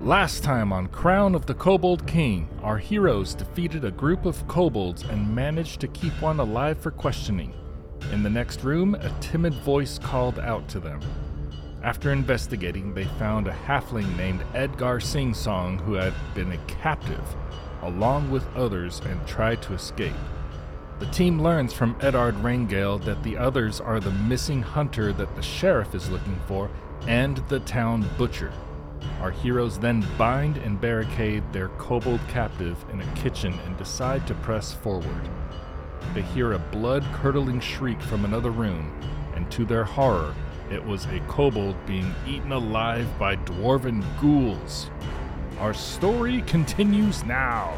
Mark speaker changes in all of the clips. Speaker 1: Last time on Crown of the Kobold King, our heroes defeated a group of kobolds and managed to keep one alive for questioning. In the next room, a timid voice called out to them. After investigating, they found a halfling named Edgar Sing Song who had been a captive, along with others, and tried to escape. The team learns from Edard Rangale that the others are the missing hunter that the sheriff is looking for and the town butcher. Our heroes then bind and barricade their kobold captive in a kitchen and decide to press forward. They hear a blood curdling shriek from another room, and to their horror, it was a kobold being eaten alive by dwarven ghouls. Our story continues now.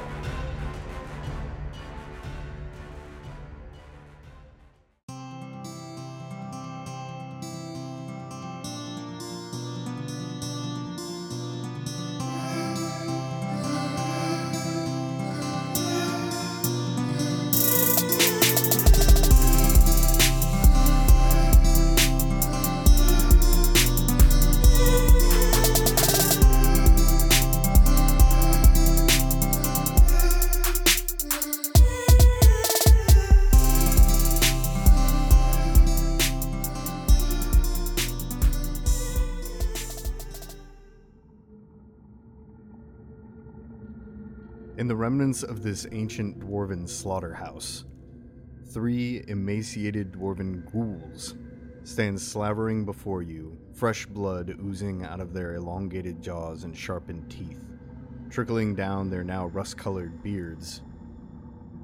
Speaker 2: In the remnants of this ancient dwarven slaughterhouse, three emaciated dwarven ghouls stand slavering before you, fresh blood oozing out of their elongated jaws and sharpened teeth, trickling down their now rust colored beards.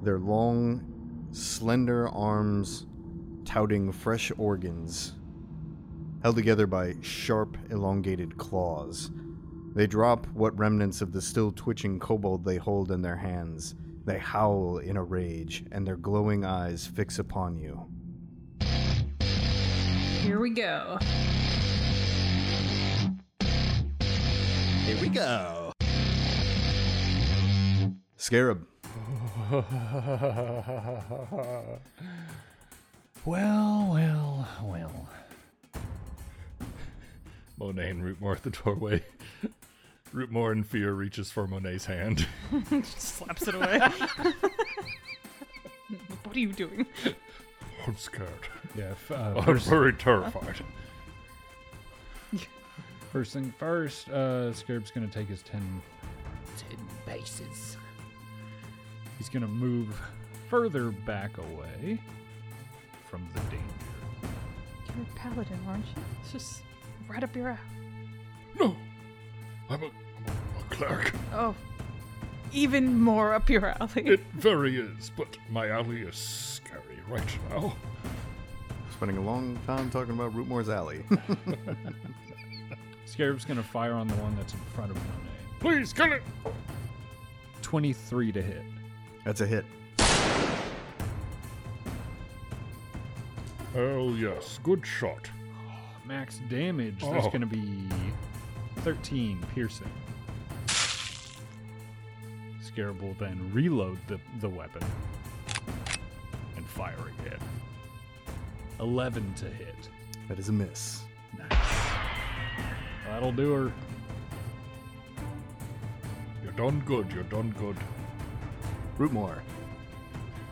Speaker 2: Their long, slender arms touting fresh organs, held together by sharp, elongated claws. They drop what remnants of the still twitching kobold they hold in their hands. They howl in a rage, and their glowing eyes fix upon you.
Speaker 3: Here we go.
Speaker 4: Here we go.
Speaker 2: Scarab,
Speaker 1: well, well, well. Monet and Rootmore at the doorway. Rootmore in fear reaches for Monet's hand.
Speaker 3: Slaps it away. what are you doing?
Speaker 1: I'm scared.
Speaker 5: Yeah, f- uh,
Speaker 1: I'm
Speaker 5: first,
Speaker 1: very terrified.
Speaker 5: first thing first, uh, Scarab's gonna take his 10.
Speaker 6: Ten paces.
Speaker 5: He's gonna move further back away from the danger.
Speaker 3: You're a paladin, aren't you? It's just right up your alley.
Speaker 1: No, I'm a, I'm a, a cleric.
Speaker 3: Oh, even more up your alley.
Speaker 1: It very is, but my alley is scary right now.
Speaker 2: spending a long time talking about Rootmore's Alley.
Speaker 5: Scarab's gonna fire on the one that's in front of Monet.
Speaker 1: Please kill it.
Speaker 5: 23 to hit.
Speaker 2: That's a hit.
Speaker 1: Hell Oh, yes, good shot.
Speaker 5: Max damage, that's
Speaker 1: Oh.
Speaker 5: gonna be 13 piercing. Scarab will then reload the, the weapon and fire again. 11 to hit.
Speaker 2: That is a miss.
Speaker 5: That'll do her.
Speaker 1: You're done good. You're done good.
Speaker 2: Rootmore,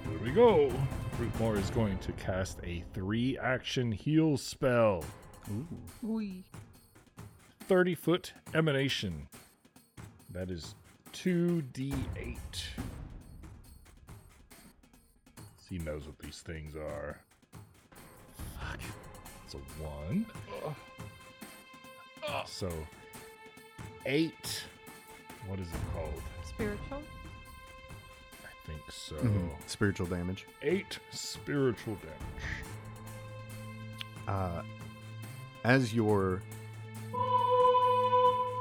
Speaker 1: Here we go. Rootmore is going to cast a three-action heal spell.
Speaker 3: We
Speaker 1: 30 foot emanation. That is 2d8. He knows what these things are. Fuck. It's a 1. So, 8. What is it called?
Speaker 3: spiritual.
Speaker 1: I think so.
Speaker 2: spiritual damage.
Speaker 1: 8 spiritual damage.
Speaker 2: uh, as your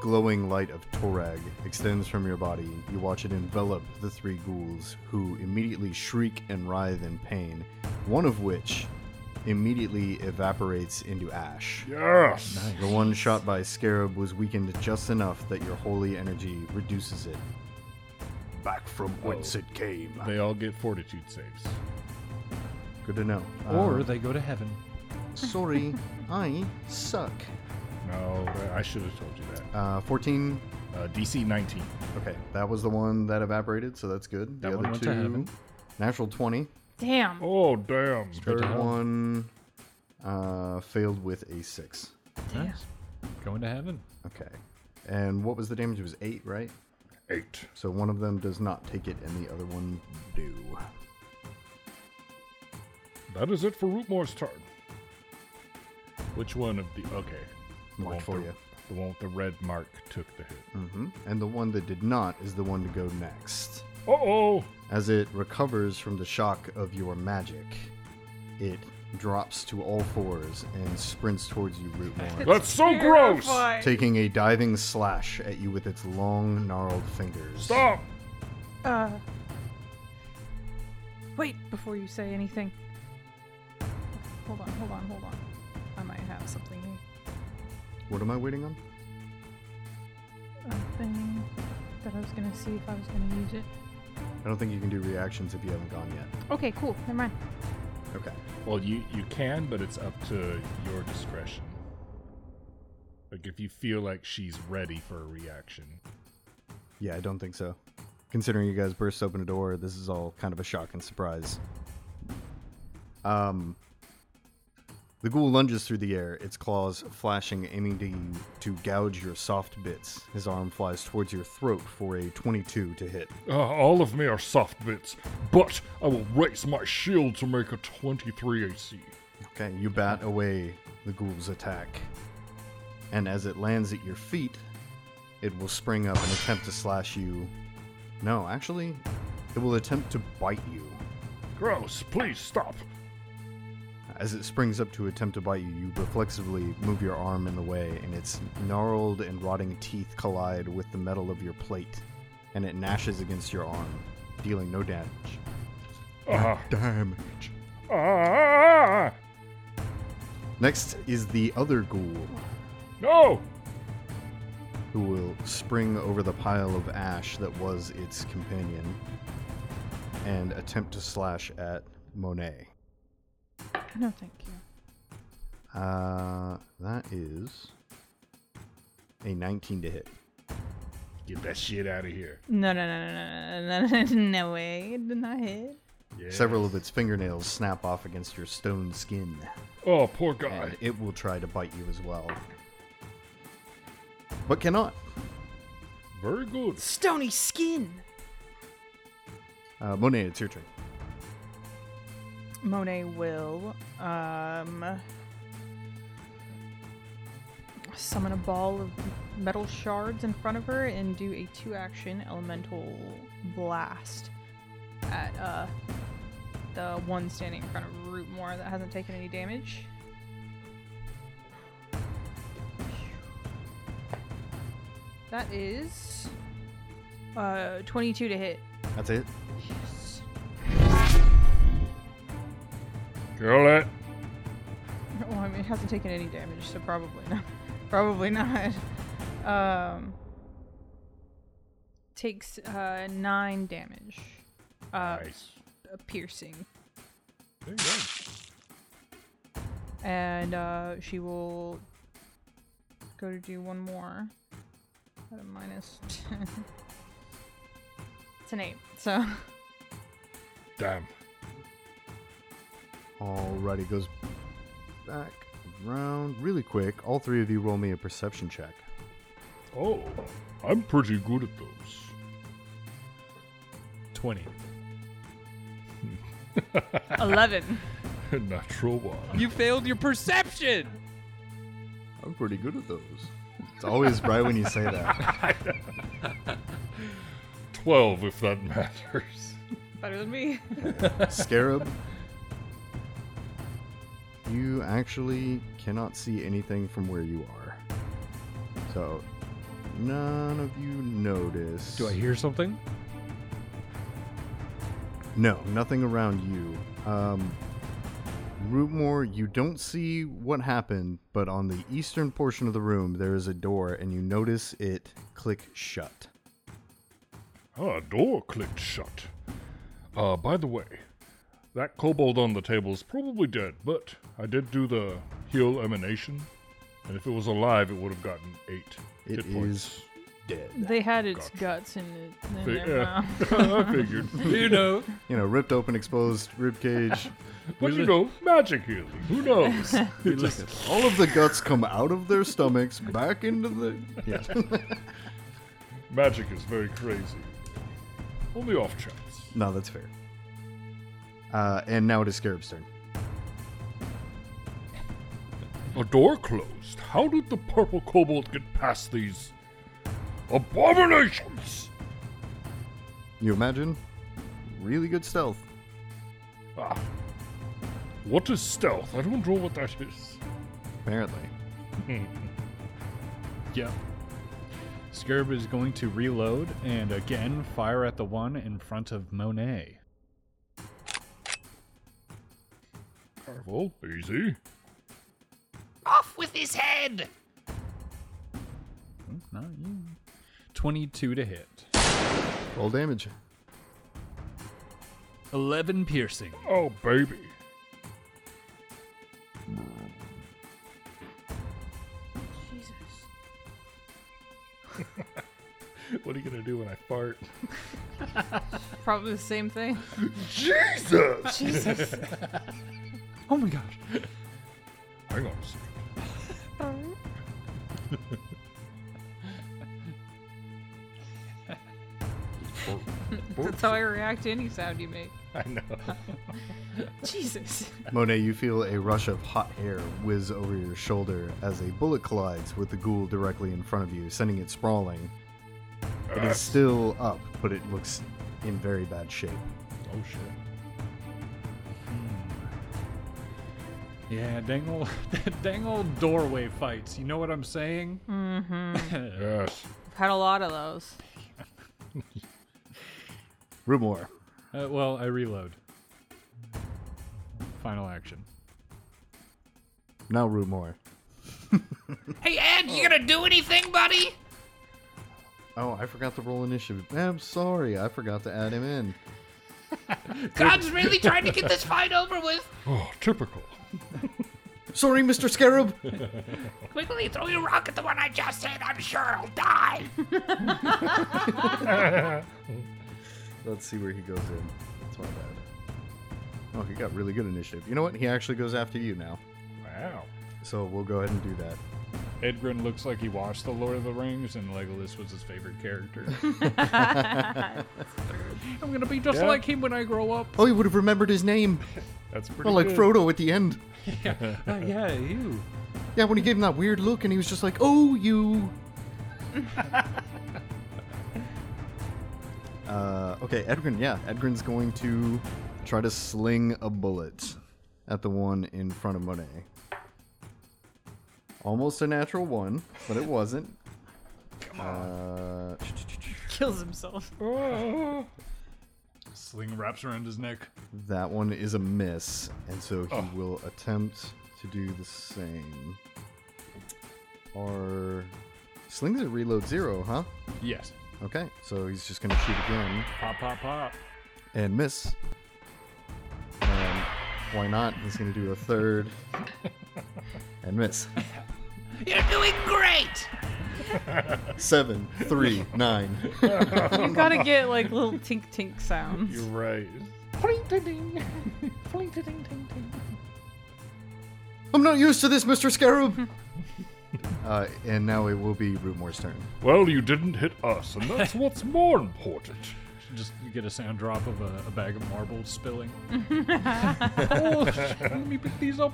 Speaker 2: glowing light of Torag extends from your body, you watch it envelop the three ghouls, who immediately shriek and writhe in pain, one of which immediately evaporates into ash.
Speaker 1: Yes!
Speaker 2: The one shot by Scarab was weakened just enough that your holy energy reduces it. Back from whence it came.
Speaker 1: They all get fortitude saves.
Speaker 2: Good to know.
Speaker 7: Uh-huh.
Speaker 5: Or
Speaker 2: Um,
Speaker 5: they go to heaven.
Speaker 2: sorry, I suck.
Speaker 1: No, I should have told you that.
Speaker 2: Uh, 14
Speaker 1: Uh, DC 19.
Speaker 2: Okay, that was the one that evaporated, so that's good. The
Speaker 5: That one
Speaker 2: other
Speaker 5: went to
Speaker 2: two,
Speaker 5: heaven.
Speaker 2: natural twenty.
Speaker 3: Damn.
Speaker 1: Oh, damn.
Speaker 2: Third
Speaker 5: hell.
Speaker 2: one uh, failed with a six.
Speaker 5: Nice. Going to heaven.
Speaker 2: Okay, and what was the damage? It was eight, right?
Speaker 1: Eight.
Speaker 2: So one of them does not take it, and the other one do.
Speaker 1: That is it for Rootmore's turn. Which one of the. Okay. The
Speaker 2: Marked
Speaker 1: one with
Speaker 2: for
Speaker 1: the-
Speaker 2: you.
Speaker 1: The one with the red mark took the hit.
Speaker 2: hmm And the one that did not is the one to go next.
Speaker 1: Uh oh.
Speaker 2: As it recovers from the shock of your magic, it drops to all fours and sprints towards you, Rootmore,
Speaker 1: That's so gross.
Speaker 3: Terrifying.
Speaker 2: taking a diving slash at you with its long, gnarled fingers.
Speaker 1: Stop.
Speaker 3: Uh, wait before you say anything. Hold on, hold on, hold on. I might have something here.
Speaker 2: What am I waiting on?
Speaker 3: A thing that I was gonna see if I was gonna use it.
Speaker 2: I don't think you can do reactions if you haven't gone yet.
Speaker 3: Okay, cool. Never mind.
Speaker 2: Okay.
Speaker 1: Well, you, you can, but it's up to your discretion. Like, if you feel like she's ready for a reaction.
Speaker 2: Yeah, I don't think so. Considering you guys burst open a door, this is all kind of a shock and surprise. Um, the ghoul lunges through the air, its claws flashing, aiming to you to gouge your soft bits. His arm flies towards your throat for a 22 to hit.
Speaker 1: Uh, all of me are soft bits, but I will raise my shield to make a 23 AC.
Speaker 2: Okay, you bat away the ghoul's attack. And as it lands at your feet, it will spring up and attempt to slash you. No, actually, it will attempt to bite you.
Speaker 1: Gross, please stop.
Speaker 2: As it springs up to attempt to bite you, you reflexively move your arm in the way, and its gnarled and rotting teeth collide with the metal of your plate, and it gnashes against your arm, dealing no damage.
Speaker 1: Ah,
Speaker 2: Damage.
Speaker 1: ah,
Speaker 2: Next is the other ghoul,
Speaker 1: no!
Speaker 2: who will spring over the pile of ash that was its companion and attempt to slash at Monet.
Speaker 3: No, thank you.
Speaker 2: Uh, that is a 19 to hit.
Speaker 1: Get that shit out of here.
Speaker 3: No, no, no, no, no, no, no, no way. It did not hit.
Speaker 1: Yeah.
Speaker 2: Several of its fingernails snap off against your stone skin,
Speaker 1: Oh, poor
Speaker 2: and
Speaker 1: guy.
Speaker 2: it will try to bite you as well. But cannot.
Speaker 1: Very good.
Speaker 6: Stony skin.
Speaker 2: Uh, Monet, it's your turn.
Speaker 3: Monet will um summon a ball of metal shards in front of her and do a two action elemental blast at uh the one standing in front of Rootmore that hasn't taken any damage. That is uh 22 to hit.
Speaker 2: That's it.
Speaker 3: Yes.
Speaker 1: Kill it.
Speaker 3: Well, I mean, it hasn't taken any damage, so probably not. Probably not. Um, takes uh, nine damage. Uh,
Speaker 1: Nice.
Speaker 3: uh, Piercing.
Speaker 1: There you go.
Speaker 3: And uh, she will go to do one more. At a minus 10. it's an eight, so.
Speaker 1: Damn.
Speaker 2: Alrighty, goes back around really quick. All three of you roll me a perception check.
Speaker 1: Oh, I'm pretty good at those.
Speaker 5: 20.
Speaker 3: 11.
Speaker 1: Natural one.
Speaker 7: You failed your perception.
Speaker 2: I'm pretty good at those. It's always right when you say that.
Speaker 1: 12, if that matters.
Speaker 3: Better than me.
Speaker 2: Scarab, you actually cannot see anything from where you are. So, none of you notice.
Speaker 5: Do I hear something?
Speaker 2: No, nothing around you. Um, Rootmore, you don't see what happened, but on the eastern portion of the room, there is a door, and you notice it click shut.
Speaker 1: Ah, door clicked shut. Uh, by the way, that kobold on the table is probably dead, but I did do the heal emanation, and if it was alive, it would have gotten eight
Speaker 2: It
Speaker 1: hit
Speaker 2: is
Speaker 1: points.
Speaker 4: dead.
Speaker 3: They had its guts in, it, in their
Speaker 1: Yeah.
Speaker 3: mouth.
Speaker 1: I figured.
Speaker 5: You know,
Speaker 2: You know, ripped open, exposed rib cage.
Speaker 1: But you know, magic healing. Who knows?
Speaker 2: All of the guts come out of their stomachs back into the. Yeah.
Speaker 1: magic is very crazy. Only off chance.
Speaker 2: No, that's fair. Uh, and now it is Scarab's turn.
Speaker 1: A door closed. How did the purple kobold get past these abominations?
Speaker 2: You imagine? Really good stealth.
Speaker 1: Ah. What is stealth? I don't know what that is.
Speaker 2: Apparently.
Speaker 5: yeah. Scarab is going to reload and again fire at the one in front of Monet.
Speaker 1: Careful, easy.
Speaker 6: Off with his head!
Speaker 5: Hmm, Not you. 22 to hit.
Speaker 2: Roll damage.
Speaker 5: 11 piercing.
Speaker 1: Oh, baby.
Speaker 3: Jesus.
Speaker 1: What are you gonna do when I fart?
Speaker 3: Probably the same thing.
Speaker 1: Jesus!
Speaker 3: Jesus.
Speaker 5: Oh my gosh.
Speaker 1: Hang on a second.
Speaker 3: That's how I react to any sound you make.
Speaker 1: I know.
Speaker 3: Jesus.
Speaker 2: Monet, you feel a rush of hot air whiz over your shoulder as a bullet collides with the ghoul directly in front of you, sending it sprawling. It is still up, but it looks in very bad shape.
Speaker 1: Oh shit.
Speaker 5: Hmm. Yeah, dang old, dang old doorway fights. You know what I'm saying?
Speaker 7: Mm-hmm.
Speaker 1: Yes.
Speaker 3: I've had a lot of those.
Speaker 2: Rumor.
Speaker 5: Uh, well, I reload. Final action.
Speaker 2: Now Rumor.
Speaker 6: Hey, Ed,
Speaker 1: Oh.
Speaker 6: you gonna do anything, buddy?
Speaker 2: Oh, I forgot to roll initiative. I'm sorry, I forgot to add him in.
Speaker 6: God's really trying to get this fight over with.
Speaker 1: Oh, typical.
Speaker 2: Sorry, Mr. Scarab!
Speaker 6: Quickly throw your rock at the one I just hit. I'm sure I'll die.
Speaker 2: Let's see where he goes in. That's my bad. Oh, he got really good initiative. You know what? He actually goes after you now.
Speaker 1: Wow.
Speaker 2: So we'll go ahead and do that.
Speaker 5: Edgren looks like he watched The Lord of the Rings and Legolas was his favorite character. I'm gonna be just
Speaker 1: Yeah.
Speaker 5: like him when I grow up.
Speaker 2: Oh, he would have remembered his name.
Speaker 1: That's pretty
Speaker 2: Well, like
Speaker 1: good.
Speaker 2: Frodo at the end.
Speaker 5: Uh, yeah, you.
Speaker 2: Yeah, when he gave him that weird look and he was just like, oh, you. uh, okay, Edgren, yeah. Edgren's going to try to sling a bullet at the one in front of Monet. Almost a natural one, but it wasn't. Come on. Uh,
Speaker 3: Kills himself.
Speaker 5: Sling wraps around his neck.
Speaker 2: that one is a miss, and so he will attempt to do the same. Are slings at reload zero, huh?
Speaker 5: Yes.
Speaker 2: Okay, so he's just gonna shoot again
Speaker 5: Pop, pop, pop.
Speaker 2: and miss. And why not? He's gonna do a third and miss.
Speaker 6: You're doing great.
Speaker 2: Seven, three, nine.
Speaker 3: You gotta get like little tink tink sounds.
Speaker 1: You're right.
Speaker 2: I'm not used to this, Mr. Scarab. uh, and now it will be Rootmore's turn.
Speaker 1: Well, you didn't hit us, and that's what's more important.
Speaker 5: Just get a sound drop of a, a bag of marbles spilling. oh, shit, let me pick these up.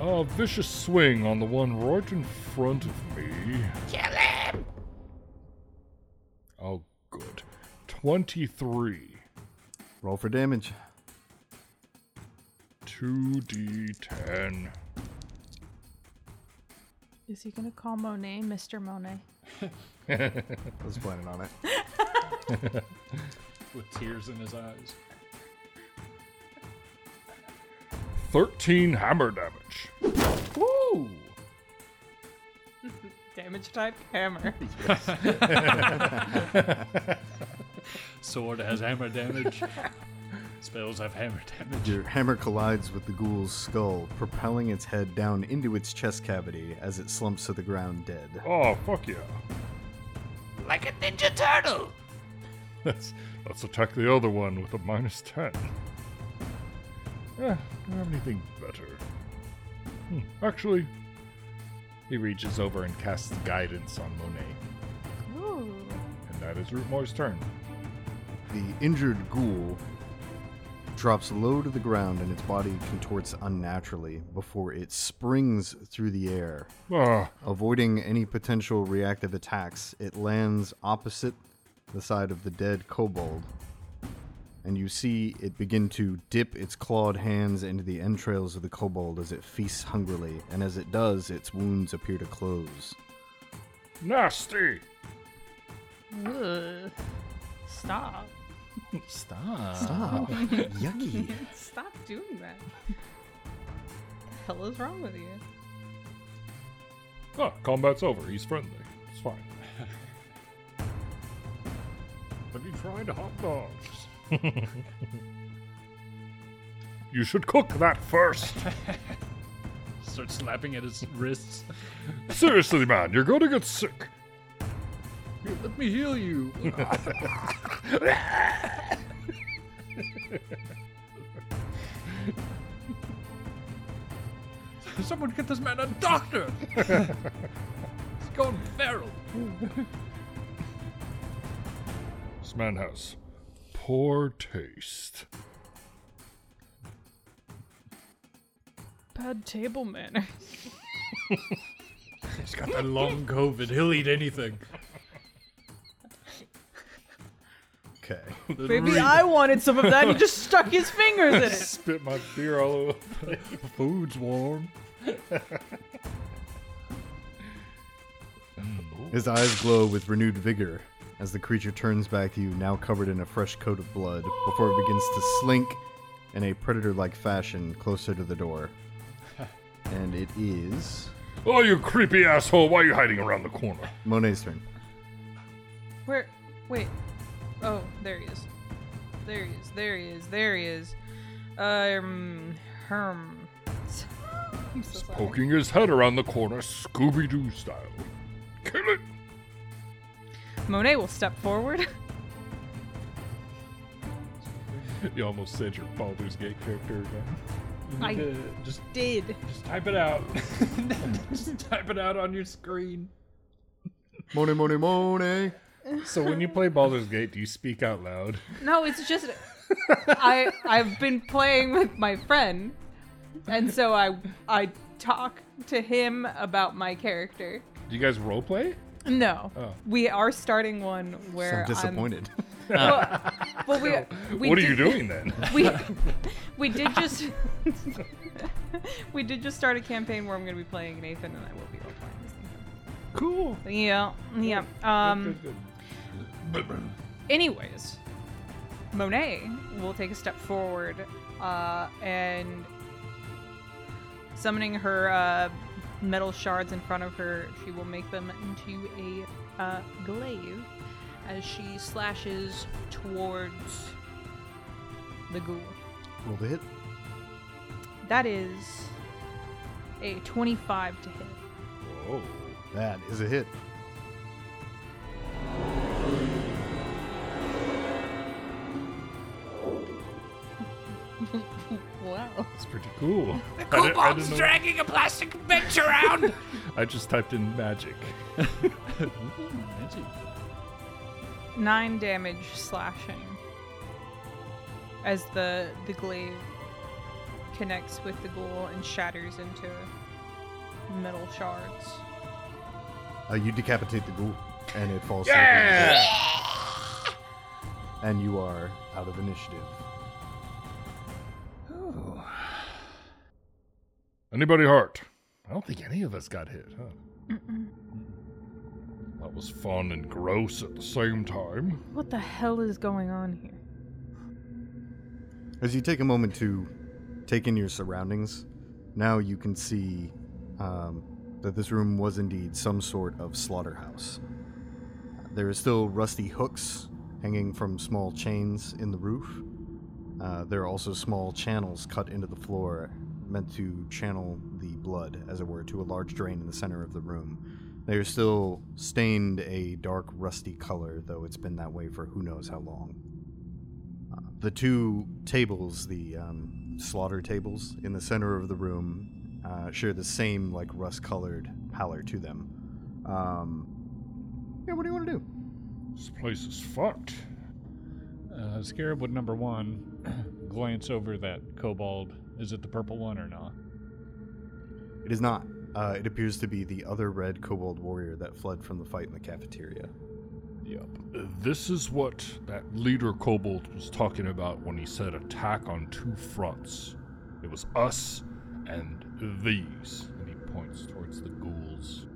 Speaker 1: A vicious swing on the one right in front of me.
Speaker 6: Kill him.
Speaker 1: Oh, good. 23.
Speaker 2: Roll for damage.
Speaker 1: 2d10.
Speaker 3: Is he gonna call Monet Mr. Monet?
Speaker 2: I was planning on it.
Speaker 5: With tears in his eyes.
Speaker 1: 13 hammer damage.
Speaker 5: Woo!
Speaker 3: Damage type hammer.
Speaker 5: Sword has hammer damage. Spells have hammer damage.
Speaker 2: Your hammer collides with the ghoul's skull, propelling its head down into its chest cavity as it slumps to the ground dead.
Speaker 1: Oh, fuck yeah.
Speaker 6: like a Ninja Turtle.
Speaker 1: Let's, let's attack the other one with a minus 10. Eh, I don't have anything better. Hmm, actually, he reaches over and casts guidance on Monet,
Speaker 3: Ooh.
Speaker 1: and that is Rootmore's turn.
Speaker 2: The injured ghoul drops low to the ground and its body contorts unnaturally before it springs through the air.
Speaker 1: Ah,
Speaker 2: Avoiding any potential reactive attacks, it lands opposite the side of the dead kobold. And you see it begin to dip its clawed hands into the entrails of the kobold as it feasts hungrily, and as it does, its wounds appear to close.
Speaker 1: nasty!
Speaker 3: Ugh. Stop.
Speaker 4: Stop. Stop. Yucky.
Speaker 3: Stop doing that. The hell is wrong with you?
Speaker 1: Ah, combat's over. He's friendly. It's fine. Have you tried hot dogs? you should cook that first.
Speaker 5: Start slapping at his wrists.
Speaker 1: Seriously, man, you're going to get sick.
Speaker 5: Here, let me heal you. Someone get this man a doctor. He's going feral.
Speaker 1: This man has poor taste.
Speaker 3: Bad table manners.
Speaker 5: He's got that long COVID. He'll eat anything.
Speaker 2: Okay.
Speaker 3: Maybe I wanted some of that. He just stuck his fingers in it.
Speaker 1: Spit my beer all over.
Speaker 5: Food's warm.
Speaker 2: His eyes glow with renewed vigor as the creature turns back to you, now covered in a fresh coat of blood, before it begins to slink in a predator like fashion closer to the door. And it is
Speaker 1: Oh, you creepy asshole. Why are you hiding around the corner?
Speaker 2: Monet's turn.
Speaker 3: Where? Wait. Oh, there he is. There he is. There he is. There he is. Um, herm. I'm so sorry.
Speaker 1: Poking his head around the corner, Scooby Doo style. Kill it!
Speaker 3: Monet will step forward.
Speaker 1: You almost said your Baldur's Gate character again.
Speaker 3: I-
Speaker 5: Uh, just,
Speaker 3: Did.
Speaker 5: just type it out. just type it out on your screen.
Speaker 2: Monet, Monet, Monet!
Speaker 1: So when you play Baldur's Gate, do you speak out loud?
Speaker 3: No, it's just I I've been playing with my friend, and so I I talk to him about my character.
Speaker 1: Do you guys roleplay?
Speaker 3: No,
Speaker 1: Oh.
Speaker 3: we are starting one
Speaker 2: So
Speaker 3: where
Speaker 2: I'm disappointed.
Speaker 3: I'm, well, well, we, we
Speaker 1: what
Speaker 3: did,
Speaker 1: are you doing then?
Speaker 3: We we did just we did just start a campaign where I'm going to be playing Nathan, and I will be all playing this thing.
Speaker 1: cool.
Speaker 3: Yeah, yeah. Um. Anyways, Monet will take a step forward uh, and summoning her uh, metal shards in front of her, she will make them into a uh, glaive as she slashes towards the ghoul.
Speaker 2: Roll the hit.
Speaker 3: That is a 25 to hit.
Speaker 1: Whoa.
Speaker 2: That is a hit.
Speaker 3: Wow.
Speaker 1: That's pretty cool.
Speaker 6: The
Speaker 1: I didn't- I
Speaker 6: kobold's
Speaker 1: didn't know-
Speaker 6: dragging a plastic bench around.
Speaker 1: I just typed in magic.
Speaker 3: Nine damage slashing as the the glaive connects with the ghoul and shatters into metal shards.
Speaker 2: Uh, you decapitate the ghoul, and it falls. to the ground.
Speaker 1: Yeah!
Speaker 2: And you are out of initiative.
Speaker 1: Anybody hurt? I don't think any of us got hit, huh? That was fun and gross at the same time.
Speaker 3: What the hell is going on here?
Speaker 2: As you take a moment to take in your surroundings, now you can see um, that this room was indeed some sort of slaughterhouse. There are still rusty hooks hanging from small chains in the roof. Uh, there are also small channels cut into the floor meant to channel the blood, as it were, to a large drain in the center of the room. They are still stained a dark rusty color, though it's been that way for who knows how long. Uh, the two tables, the um, slaughter tables in the center of the room, uh, share the same like rust-colored pallor to them. Um, yeah, what do you want to do?
Speaker 5: This place is fucked. Uh, Scarab would number one glance over that kobold. Is it the purple one or not?
Speaker 2: It is not. Uh, it appears to be the other red kobold warrior that fled from the fight in the cafeteria.
Speaker 1: Yep. This is what that leader kobold was talking about when he said attack on two fronts. It was us and these. And he points towards the ghouls.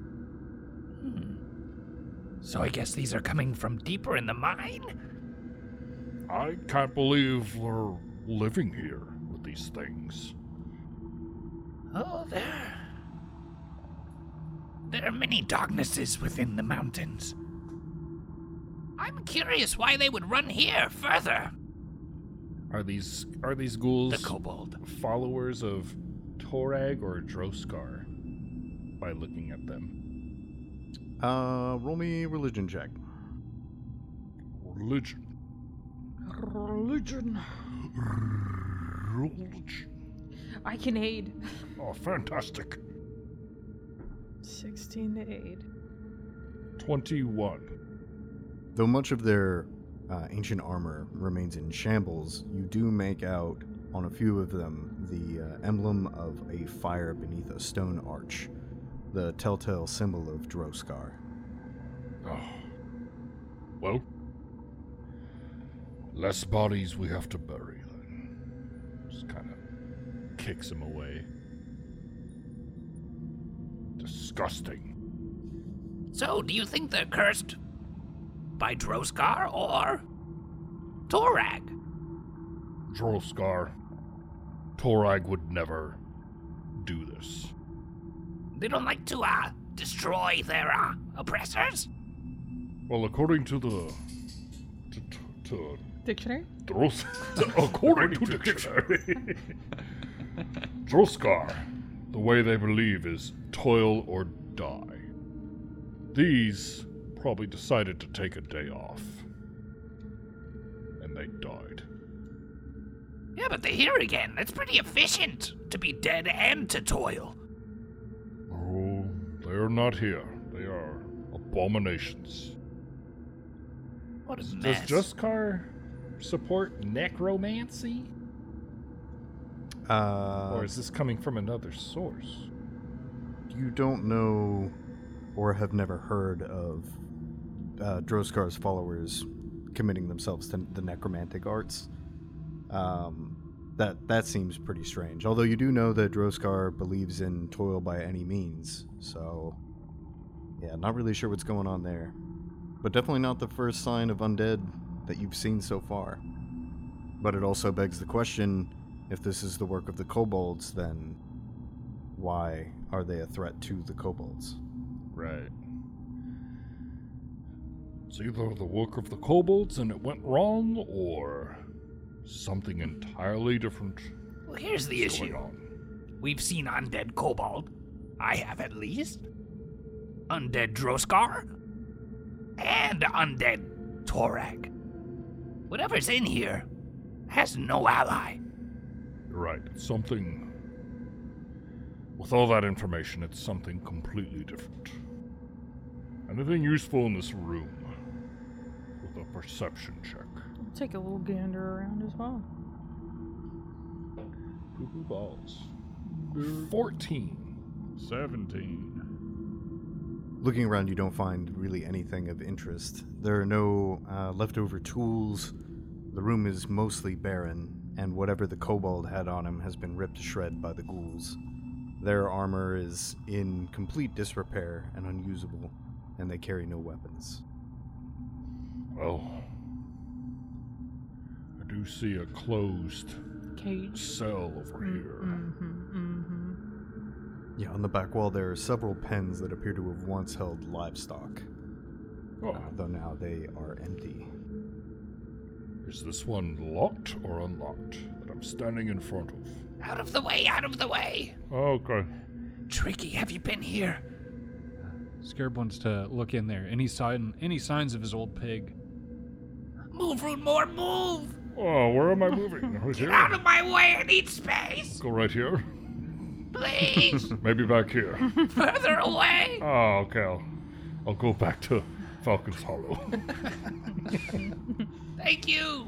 Speaker 6: So I guess these are coming from deeper in the mine?
Speaker 1: I can't believe we're living here with these things.
Speaker 6: Oh, there. There are many darknesses within the mountains. I'm curious why they would run here further.
Speaker 1: Are these are these ghouls
Speaker 6: The kobold.
Speaker 1: followers of Torag or Droskar? By looking at them,
Speaker 2: Uh, roll me religion check.
Speaker 1: religion.
Speaker 3: Religion.
Speaker 1: Religion.
Speaker 3: I can aid.
Speaker 1: Oh, fantastic.
Speaker 3: 16 to aid.
Speaker 1: Twenty-one.
Speaker 2: Though much of their uh, ancient armor remains in shambles, you do make out on a few of them the uh, emblem of a fire beneath a stone arch, the telltale symbol of Droskar.
Speaker 1: Oh. Well, less bodies we have to bury then. Just kind of kicks him away. Disgusting.
Speaker 6: So, do you think they're cursed by Droskar or Torag?
Speaker 1: Droskar. Torag would never do this.
Speaker 6: They don't like to uh destroy their uh oppressors.
Speaker 1: Well, according to the. to. to,
Speaker 3: Dictionary?
Speaker 1: to Dros- according to dictionary. Droskar, the way they believe is toil or die. These probably decided to take a day off. And they died.
Speaker 6: Yeah, but they're here again. That's pretty efficient to be dead and to toil.
Speaker 1: Oh, they are not here. They are abominations.
Speaker 6: What a
Speaker 1: Does
Speaker 6: mess.
Speaker 1: Droskar support necromancy?
Speaker 2: Uh,
Speaker 1: or is this coming from another source?
Speaker 2: you don't know or have never heard of uh, Droskar's followers committing themselves to the necromantic arts. Um, that that seems pretty strange. Although you do know that Droskar believes in toil by any means, so yeah, not really sure what's going on there. But definitely not the first sign of undead that you've seen so far. But it also begs the question: if this is the work of the kobolds, then why are they a threat to the kobolds?
Speaker 1: Right. It's either the work of the kobolds and it went wrong, or something entirely different
Speaker 6: well, here's the
Speaker 1: is
Speaker 6: issue.
Speaker 1: going on.
Speaker 6: We've seen undead kobold. I have at least. Undead Droskar. And undead Torag. Whatever's in here has no ally.
Speaker 1: You're right. It's something. With all that information, it's something completely different. Anything useful in this room? With a perception check.
Speaker 3: I'll take a little gander around as well.
Speaker 5: Poo poo balls.
Speaker 1: 14.
Speaker 5: 17.
Speaker 2: Looking around, you don't find really anything of interest. There are no uh, leftover tools. The room is mostly barren, and whatever the kobold had on him has been ripped to shred by the ghouls. Their armor is in complete disrepair and unusable, and they carry no weapons.
Speaker 1: Well, I do see a closed
Speaker 3: Cage.
Speaker 1: cell over here.
Speaker 3: Mm-hmm,
Speaker 2: Yeah, on the back wall, there are several pens that appear to have once held livestock, uh,
Speaker 1: Oh,
Speaker 2: though now they are empty.
Speaker 1: Is this one locked or unlocked that I'm standing in front of?
Speaker 6: Out of the way, out of the way.
Speaker 1: Okay.
Speaker 6: Tricky, have you been here?
Speaker 5: Scarab wants to look in there. Any sign, any signs of his old pig?
Speaker 6: Move, Rudmore, move!
Speaker 1: Oh, where am I moving? Right
Speaker 6: Get out
Speaker 1: here.
Speaker 6: of my way! I need space!
Speaker 1: Go right here.
Speaker 6: Please!
Speaker 1: Maybe back here.
Speaker 6: Further away!
Speaker 1: Oh, okay. I'll, I'll go back to Falcon's Hollow.
Speaker 6: Thank you!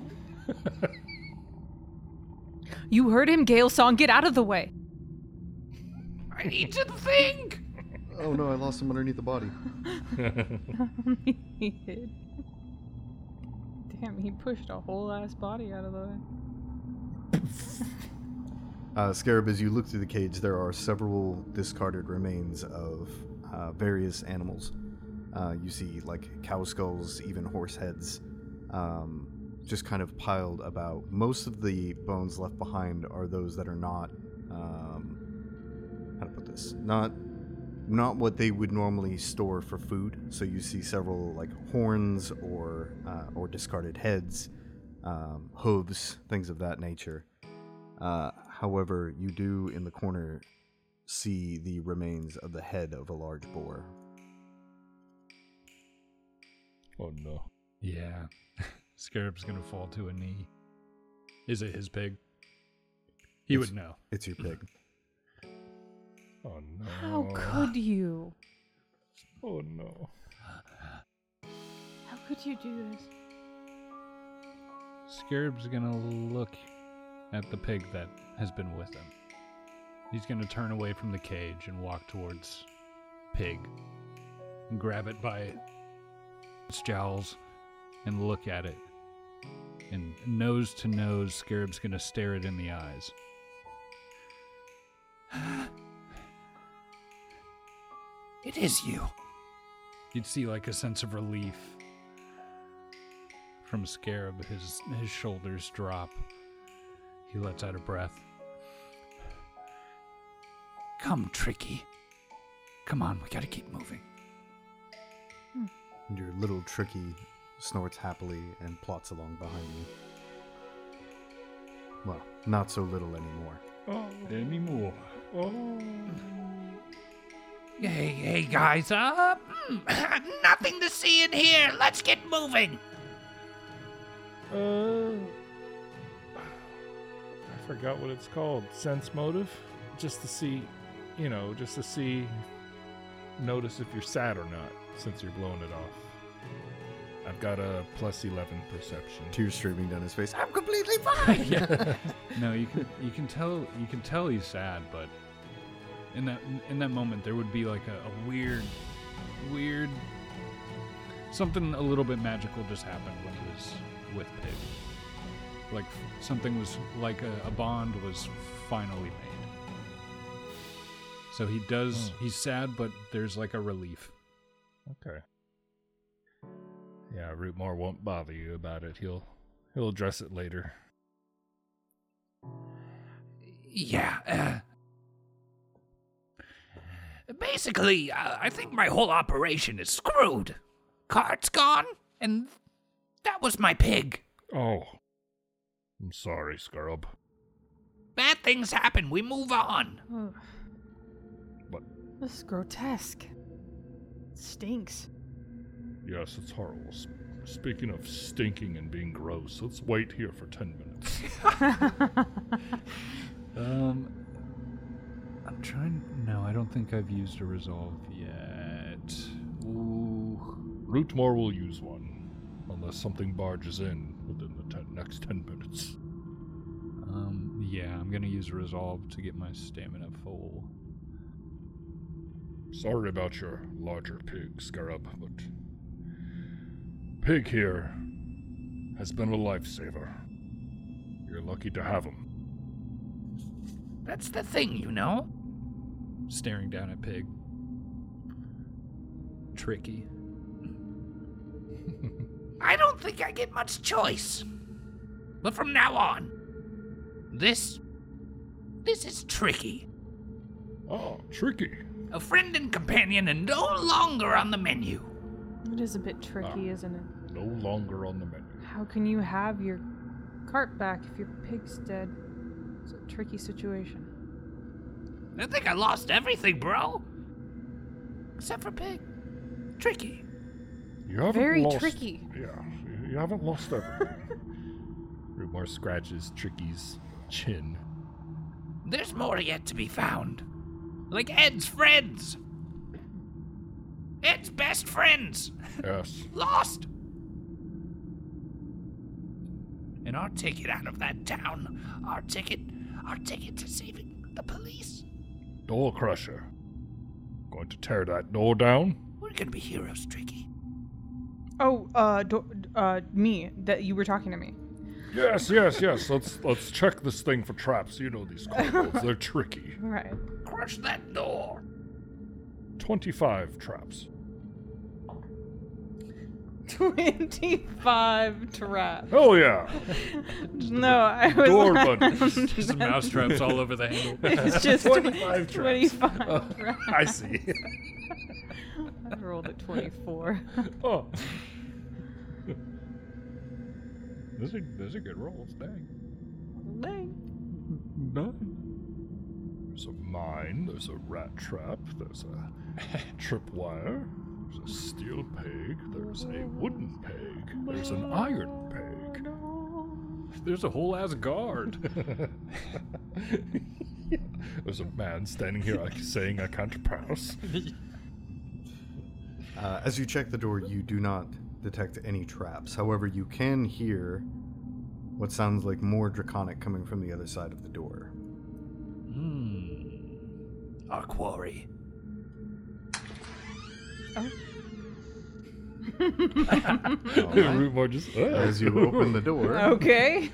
Speaker 3: You heard him, Gale Song. Get out of the way.
Speaker 6: I need to think!
Speaker 2: Oh no, I lost him underneath the body.
Speaker 3: he did. Damn, he pushed a whole ass body out of the way.
Speaker 2: Uh, Scarab, as you look through the cage, there are several discarded remains of uh, various animals. Uh, you see, like, cow skulls, even horse heads, um, just kind of piled about. Most of the bones left behind are those that are not, um, how to put this, not not what they would normally store for food. So you see several like horns or uh, or discarded heads, um, hooves, things of that nature. Uh, however, you do in the corner see the remains of the head of a large boar.
Speaker 1: oh no.
Speaker 5: Yeah. Scarab's gonna fall to a knee. Is it his pig? He
Speaker 2: Yes.
Speaker 5: would know.
Speaker 2: It's your pig.
Speaker 1: Oh no.
Speaker 3: How could you?
Speaker 1: Oh no.
Speaker 3: How could you do this?
Speaker 5: Scarab's gonna look at the pig that has been with him. He's gonna turn away from the cage and walk towards pig, and grab it by its jowls, and look at it. And nose to nose, Scarab's gonna stare it in the eyes.
Speaker 6: It is you.
Speaker 5: You'd see like a sense of relief from Scarab. His his shoulders drop. He lets out a breath.
Speaker 6: Come, Tricky. Come on, we gotta keep moving.
Speaker 2: And your little tricky snorts happily and plots along behind you. Well, not so little anymore.
Speaker 1: Oh.
Speaker 5: Anymore.
Speaker 1: Oh.
Speaker 6: Hey, hey, guys, uh, mm, nothing to see in here. Let's get moving.
Speaker 1: Uh. I forgot what it's called. Sense motive, just to see, you know, just to see, notice if you're sad or not, since you're blowing it off. I've got a plus eleven perception.
Speaker 2: Tears streaming down his face.
Speaker 6: I'm completely fine.
Speaker 5: No, you can you can tell you can tell he's sad, but in that in that moment there would be like a, a weird weird something a little bit magical just happened when he was with Pig. Like f- something was like a, a bond was finally made. So he does he's sad, but there's like a relief.
Speaker 1: Okay. Yeah, Rootmore won't bother you about it. He'll he'll address it later.
Speaker 6: yeah. Uh, basically, uh, I think my whole operation is screwed. Cart's gone, and that was my pig.
Speaker 1: Oh. I'm sorry, Scarab.
Speaker 6: Bad things happen. We move on.
Speaker 3: Ugh.
Speaker 1: But
Speaker 3: This is grotesque. stinks.
Speaker 1: yes, it's horrible. S- Speaking of stinking and being gross, let's wait here for 10 minutes.
Speaker 5: Um I'm trying no, I don't think I've used a resolve yet. Ooh.
Speaker 1: Rootmore will use one, unless something barges in within the ten, next 10 minutes.
Speaker 5: Um, yeah, I'm gonna use resolve to get my stamina full.
Speaker 1: Sorry about your larger pig, Scarab, but. Pig here has been a lifesaver. You're lucky to have him.
Speaker 6: That's the thing, you know.
Speaker 5: Staring down at Pig. Tricky.
Speaker 6: I don't think I get much choice. But from now on, this. this is tricky.
Speaker 1: Oh, tricky.
Speaker 6: A friend and companion, and no longer on the menu.
Speaker 3: It is a bit tricky, isn't it?
Speaker 1: No longer on the menu.
Speaker 3: How can you have your cart back if your pig's dead? It's a tricky situation.
Speaker 6: I think I lost everything, bro. Except for Pig. Tricky.
Speaker 1: You haven't
Speaker 3: Very
Speaker 1: lost,
Speaker 3: tricky.
Speaker 1: Yeah, you- you haven't lost everything. Rumor scratches Tricky's chin.
Speaker 6: There's more yet to be found. Like Ed's friends. Ed's best friends.
Speaker 1: Yes.
Speaker 6: Lost. And our ticket out of that town. Our ticket. Our ticket to saving the police.
Speaker 1: Door crusher. Going to tear that door down?
Speaker 6: We're gonna be heroes, Tricky.
Speaker 3: Oh, uh, do, uh, me that you were talking to me.
Speaker 1: Yes, yes, yes. Let's let's check this thing for traps. You know these kobolds, they're tricky.
Speaker 3: Right.
Speaker 6: Crush that door.
Speaker 1: Twenty-five traps.
Speaker 3: Twenty-five traps.
Speaker 1: Hell yeah!
Speaker 3: No, I was.
Speaker 1: Door
Speaker 3: like-
Speaker 1: buddies.
Speaker 5: Just mousetraps all over the handle.
Speaker 3: It's just
Speaker 1: 25 traps.
Speaker 3: 25 traps.
Speaker 1: I see.
Speaker 3: I rolled a 24.
Speaker 1: oh.
Speaker 5: Those are, those are good rolls. Dang.
Speaker 3: Dang.
Speaker 5: Nine.
Speaker 1: There's a mine. There's a rat trap. There's a tripwire. There's a steel peg. There's a wooden peg. There's an iron peg.
Speaker 5: There's a whole ass guard.
Speaker 1: There's a man standing here like saying I can't pass.
Speaker 2: Uh, as you check the door, you do not detect any traps. However, you can hear what sounds like more draconic coming from the other side of the door.
Speaker 6: Our quarry.
Speaker 1: Rumor just "Ah,
Speaker 2: As you open the door,
Speaker 3: Okay.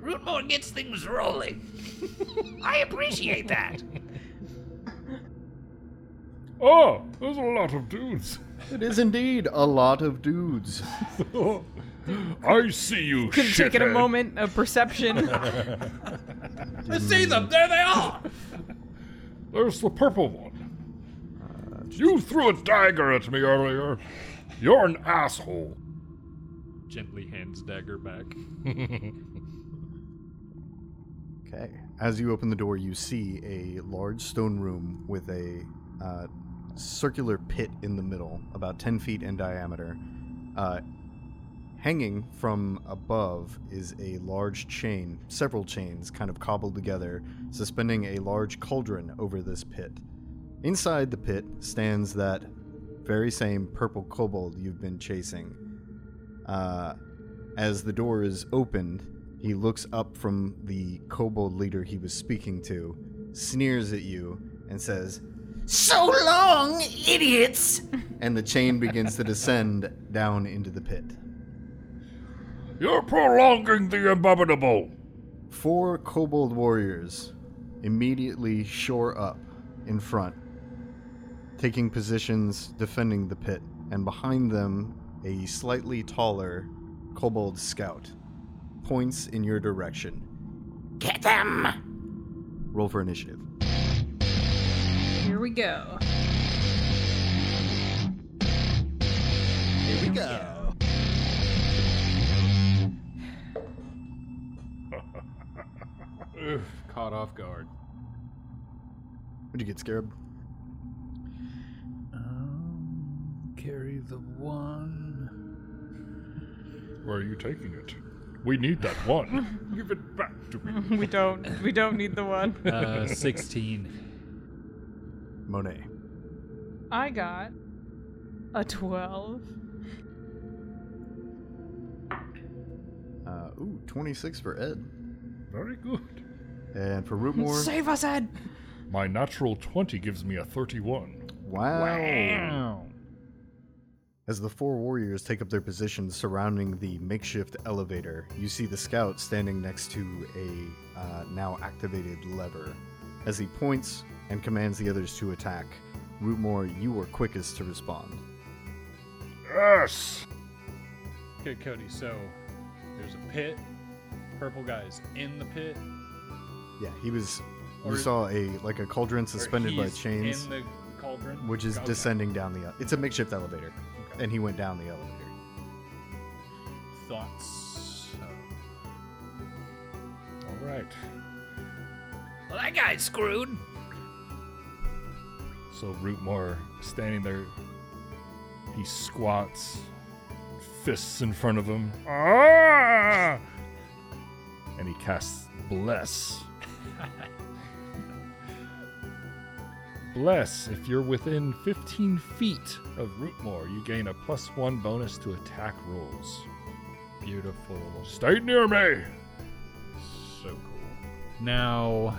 Speaker 6: Rootmore gets things rolling. I appreciate that.
Speaker 1: Oh, there's a lot of dudes.
Speaker 2: it is indeed a lot of dudes.
Speaker 1: I see you.
Speaker 3: Could have taken a
Speaker 1: shithead.
Speaker 3: moment of perception.
Speaker 6: I see them. There they are.
Speaker 1: There's the purple one. You threw a dagger at me earlier. You're an asshole.
Speaker 5: Gently hands dagger back.
Speaker 2: Okay. As you open the door, you see a large stone room with a uh, circular pit in the middle, about 10 feet in diameter. Uh, hanging from above is a large chain, several chains kind of cobbled together, suspending a large cauldron over this pit. Inside the pit stands that very same purple kobold you've been chasing. Uh, as the door is opened, he looks up from the kobold leader he was speaking to, sneers at you, and says,
Speaker 6: So long, idiots.
Speaker 2: and the chain begins to descend down into the pit.
Speaker 1: You're prolonging the abominable.
Speaker 2: Four kobold warriors immediately shore up in front, taking positions defending the pit, and behind them, a slightly taller kobold scout points in your direction.
Speaker 6: Get them.
Speaker 2: Roll for initiative.
Speaker 3: Here we go.
Speaker 2: Here we go.
Speaker 5: Ugh, caught off guard.
Speaker 2: What'd you get, Scarab?
Speaker 5: Um, carry the one.
Speaker 1: Where are you taking it? We need that one. Give it back to me.
Speaker 3: We don't. We don't need the one.
Speaker 5: Uh, 16.
Speaker 2: Monet.
Speaker 3: I got a 12.
Speaker 2: Uh, ooh, 26 for Ed.
Speaker 1: Very good.
Speaker 2: And for Rootmore,
Speaker 3: Save us, Ed.
Speaker 1: My natural 20 gives me a 31.
Speaker 2: wow.
Speaker 5: Ow.
Speaker 2: As the four warriors take up their positions surrounding the makeshift elevator, you see the scout standing next to a uh, now activated lever. As he points and commands the others to attack, Rootmore, you are quickest to respond.
Speaker 1: Yes!
Speaker 5: Okay, Cody, so there's a pit. Purple guy's in the pit.
Speaker 2: Yeah, he was.
Speaker 5: Or-
Speaker 2: you saw a like a cauldron
Speaker 5: or
Speaker 2: suspended by
Speaker 5: he's
Speaker 2: chains,
Speaker 5: In the cauldron.
Speaker 2: which is
Speaker 5: Okay.
Speaker 2: descending down the. It's a makeshift elevator,
Speaker 5: Okay.
Speaker 2: and he went down the elevator.
Speaker 5: Thoughts. So,
Speaker 1: All right.
Speaker 6: Well, that guy's screwed.
Speaker 1: So Rootmore standing there, He squats, fists in front of him. Ah! And he casts Bless. Bless, if you're within 15 feet of Rootmore, you gain a plus one bonus to attack rolls. Beautiful. Stay near me!
Speaker 5: So cool. Now,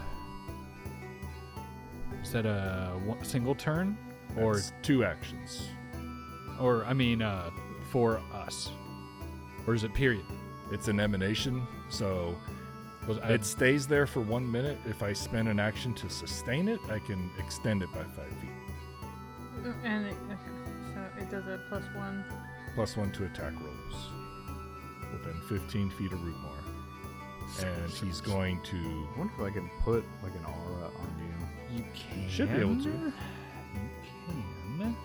Speaker 5: is that a one, single turn,
Speaker 1: Or
Speaker 5: or
Speaker 1: two actions.
Speaker 5: or I mean, uh, for us, or is it period?
Speaker 1: It's an emanation, so
Speaker 5: Was I,
Speaker 1: it stays there for one minute. If I spend an action to sustain it, I can extend it by five feet.
Speaker 3: Uh, And it, okay, so it does a plus one.
Speaker 1: Plus one to attack rolls. Within 15 feet of Rootmore. And he's going to.
Speaker 2: I wonder if I can put like an aura on you.
Speaker 5: you can
Speaker 1: Should be able to.
Speaker 5: You can.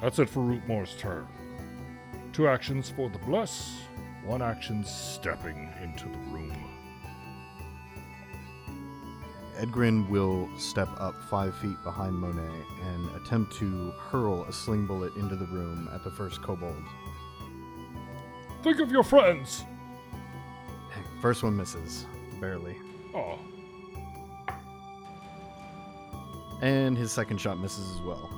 Speaker 1: That's it for Rootmore's turn. Two actions for the Bless, one action stepping into the room.
Speaker 2: Edgrin will step up five feet behind Monet and attempt to hurl a sling bullet into the room at the first kobold.
Speaker 1: Think of your friends!
Speaker 2: First one misses, barely.
Speaker 1: Oh,
Speaker 2: And his second shot misses as well.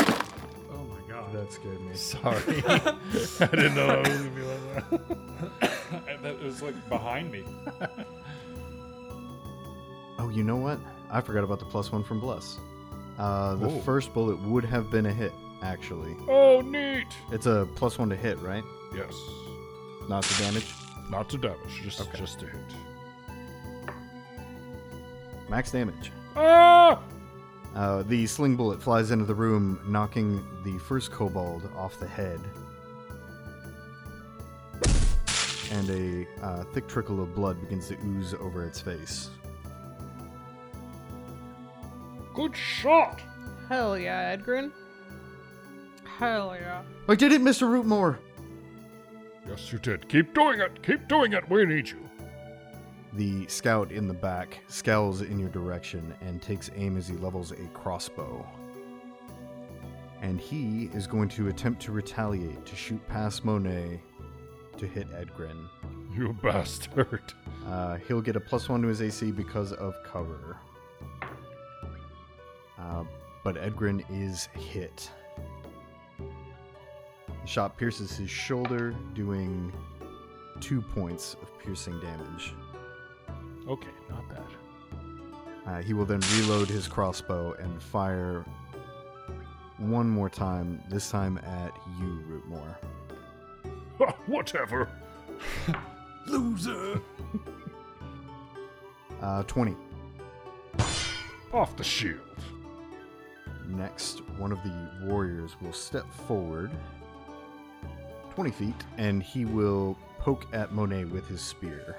Speaker 5: Oh my god.
Speaker 2: That scared me.
Speaker 1: sorry. I didn't know that was going to be like that.
Speaker 5: that was like behind me.
Speaker 2: Oh, you know what? I forgot about the plus one from Bless. Uh, the
Speaker 1: Ooh.
Speaker 2: first bullet would have been a hit, actually.
Speaker 1: Oh, neat!
Speaker 2: It's a plus one to hit, right?
Speaker 1: Yes.
Speaker 2: Not the damage.
Speaker 1: Not to damage, just,
Speaker 2: Okay.
Speaker 1: just to hit.
Speaker 2: Max damage.
Speaker 1: Ah!
Speaker 2: Uh, the sling bullet flies into the room, knocking the first kobold off the head. And a uh, thick trickle of blood begins to ooze over its face.
Speaker 1: Good shot!
Speaker 3: Hell yeah, Edgrin. Hell yeah.
Speaker 2: I did it, Mr. Rootmore!
Speaker 1: Yes, you did. Keep doing it! Keep doing it! We need you!
Speaker 2: The scout in the back scowls in your direction and takes aim as he levels a crossbow. And he is going to attempt to retaliate to shoot past Monet to hit Edgrin.
Speaker 1: You bastard.
Speaker 2: Uh, he'll get a plus one to his AC because of cover. Uh, but Edgrin is hit. The shot pierces his shoulder, doing two points of piercing damage.
Speaker 1: Okay, not bad.
Speaker 2: Uh, he will then reload his crossbow and fire one more time, this time at you, Rootmore.
Speaker 1: Ha, whatever.
Speaker 6: Loser!
Speaker 2: Uh, 20.
Speaker 1: Off the shield.
Speaker 2: Next, one of the warriors will step forward 20 feet and he will poke at Monet with his spear.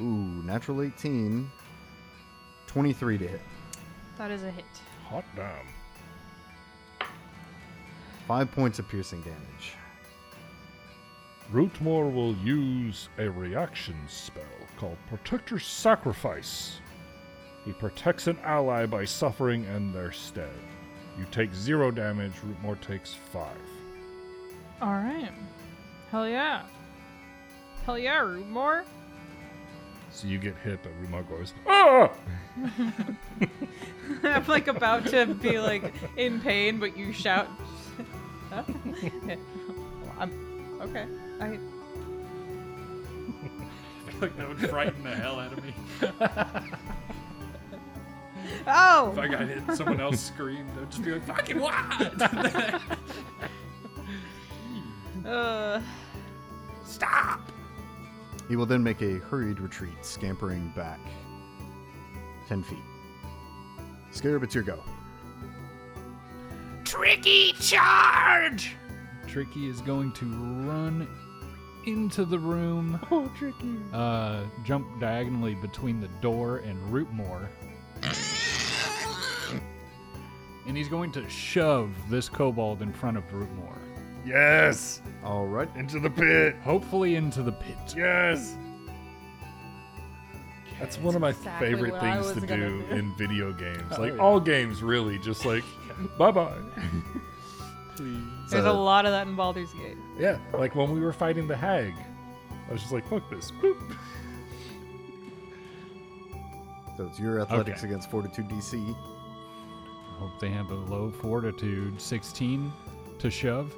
Speaker 2: Ooh, natural 18. 23 to hit.
Speaker 3: That is a hit.
Speaker 1: Hot damn.
Speaker 2: Five points of piercing damage.
Speaker 1: Rootmore will use a reaction spell called Protector's Sacrifice. He protects an ally by suffering in their stead. You take zero damage, Rootmore takes five.
Speaker 3: All right. Hell yeah. Hell yeah, Rudmore.
Speaker 1: So you get hit, but Rootmore goes, Ah!
Speaker 3: I'm like about to be like in pain, but you shout. Huh? I'm okay. I
Speaker 5: like that would frighten the hell out of me. If
Speaker 3: oh
Speaker 5: I got hit, someone else screamed. I'd just be like, "Fucking what?
Speaker 3: uh,
Speaker 6: Stop!
Speaker 2: He will then make a hurried retreat, scampering back 10 feet. Scarab, it's your go.
Speaker 6: Tricky charge!
Speaker 5: Tricky is going to run into the room. Oh, Tricky. Uh, jump diagonally between the door and Rootmore. and he's going to shove this kobold in front of Rootmore.
Speaker 1: Yes!
Speaker 2: All right.
Speaker 1: Into the pit!
Speaker 5: Hopefully into the pit.
Speaker 1: Yes! That's one of my
Speaker 3: exactly
Speaker 1: favorite
Speaker 3: what I
Speaker 1: things
Speaker 3: was
Speaker 1: to do,
Speaker 3: gonna do. Oh,
Speaker 1: in video games. Like
Speaker 4: yeah.
Speaker 1: all games, really. Just like, bye bye.
Speaker 3: There's a
Speaker 2: So-
Speaker 3: lot of that in Baldur's Gate.
Speaker 1: Yeah, like when we were fighting the hag, I was just like, fuck this. Boop.
Speaker 2: So it's your athletics
Speaker 5: Okay.
Speaker 2: against fortitude DC.
Speaker 5: I hope they have a low fortitude 16 to shove.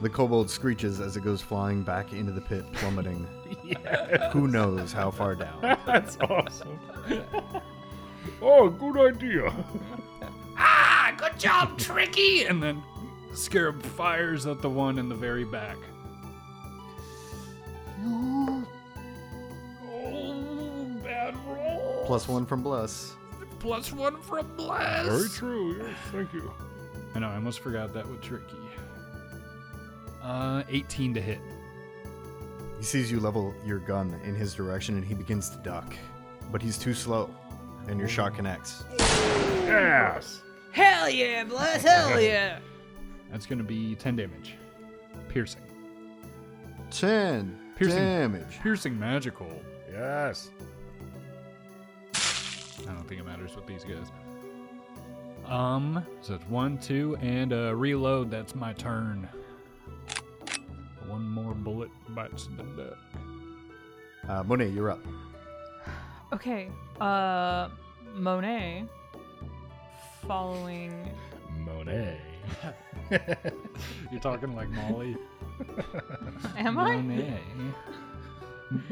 Speaker 2: The kobold screeches as it goes flying back into the pit, plummeting. Who knows how far down?
Speaker 1: That's awesome. oh, good idea.
Speaker 6: Ah, good job, Tricky!
Speaker 5: And then Scarab fires at the one in the very back.
Speaker 6: Oh, bad roll.
Speaker 2: Plus one from Bless.
Speaker 6: Plus one from Bless.
Speaker 1: Very true. Yes, thank you.
Speaker 5: I know, I almost forgot that with Tricky. Uh, 18 to hit.
Speaker 2: He sees you level your gun in his direction and he begins to duck. But he's too slow, and your shot connects.
Speaker 1: Yes.
Speaker 3: Hell yeah, bless hell yeah.
Speaker 5: That's going to be 10 damage. Piercing.
Speaker 2: 10
Speaker 5: Piercing.
Speaker 2: damage.
Speaker 5: Piercing magical.
Speaker 1: Yes.
Speaker 5: I don't think it matters with these guys. Um, so it's one, two, and uh, reload. That's my turn. One more bullet bites the duck.
Speaker 2: Uh, Monet, you're up.
Speaker 3: Okay. Uh, Monet, following
Speaker 1: Monet.
Speaker 5: You're talking like Molly.
Speaker 3: Am I?
Speaker 5: Monet.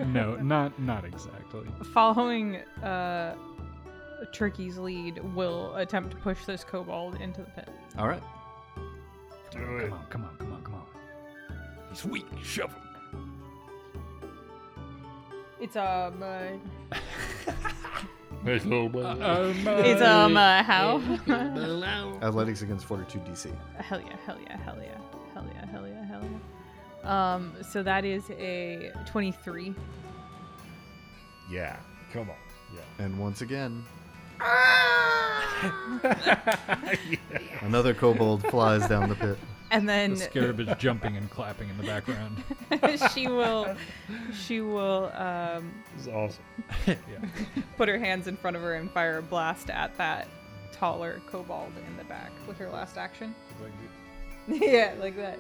Speaker 5: no, not not exactly.
Speaker 3: Following uh Turkey's lead will attempt to push this kobold into the pit.
Speaker 2: All right.
Speaker 1: Do it.
Speaker 5: Come on, come on, come on, come on.
Speaker 6: He's weak. Shove him.
Speaker 3: It's um uh,
Speaker 1: Nice little boy.
Speaker 3: it's um uh, how?
Speaker 2: Athletics against fortitude DC.
Speaker 3: hell yeah, hell yeah, hell yeah, hell yeah, hell yeah, hell yeah. Um so that is a 23.
Speaker 1: yeah. Come on. Yeah.
Speaker 2: And once again. Another kobold flies down the pit.
Speaker 3: And
Speaker 5: The
Speaker 3: then
Speaker 5: scarab is jumping and clapping in the background.
Speaker 3: she will she will um
Speaker 1: This is awesome.
Speaker 3: put her hands in front of her and fire a blast at that taller kobold in the back with her last action. yeah, like that.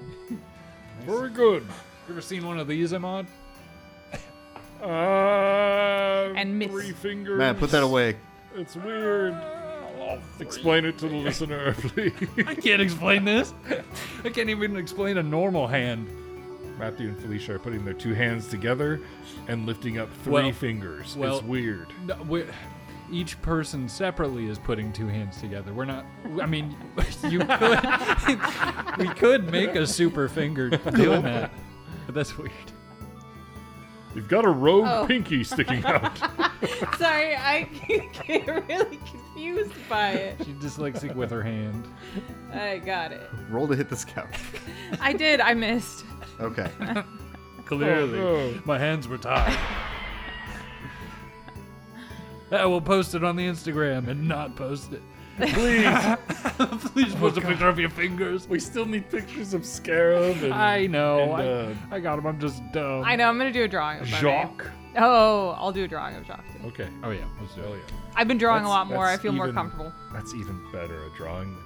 Speaker 1: Very good.
Speaker 5: You ever seen one of these, Ahmad?
Speaker 1: Uh,
Speaker 3: And miss.
Speaker 1: Three fingers.
Speaker 2: Man, put that away.
Speaker 1: It's weird. Explain it to the listener, please.
Speaker 5: Oh, I can't explain this. I can't even explain a normal hand.
Speaker 1: Matthew and Felicia are putting their two hands together and lifting up three
Speaker 5: Well-
Speaker 1: fingers.
Speaker 5: well-
Speaker 1: it's weird.
Speaker 5: No, we each person separately is putting two hands together. We're not. I mean, you could. we could make a super finger doing that, but that's weird.
Speaker 1: You've got a rogue
Speaker 3: Oh.
Speaker 1: pinky sticking out.
Speaker 3: Sorry, I get really confused by it.
Speaker 5: She's dyslexic with her hand.
Speaker 3: I got it.
Speaker 2: Roll to hit this couch.
Speaker 3: I did. I missed.
Speaker 2: Okay.
Speaker 5: Clearly,
Speaker 1: Oh, no.
Speaker 5: my hands were tied. I will post it on the Instagram and not post it.
Speaker 1: Please.
Speaker 5: Please post a picture of your fingers.
Speaker 1: we still need pictures of Scarab and
Speaker 5: I know.
Speaker 1: And, uh,
Speaker 5: I, I got them. I'm just dumb.
Speaker 3: I know. I'm gonna do a drawing of Monet.
Speaker 1: Jacques.
Speaker 3: Oh, I'll do a drawing of Jacques. Too.
Speaker 1: Okay.
Speaker 5: Oh yeah. Let's do it.
Speaker 1: Oh, yeah.
Speaker 3: I've been drawing a
Speaker 1: That's-
Speaker 3: lot more. I
Speaker 1: that's
Speaker 3: feel more
Speaker 1: even-
Speaker 3: comfortable.
Speaker 1: That's even better a drawing.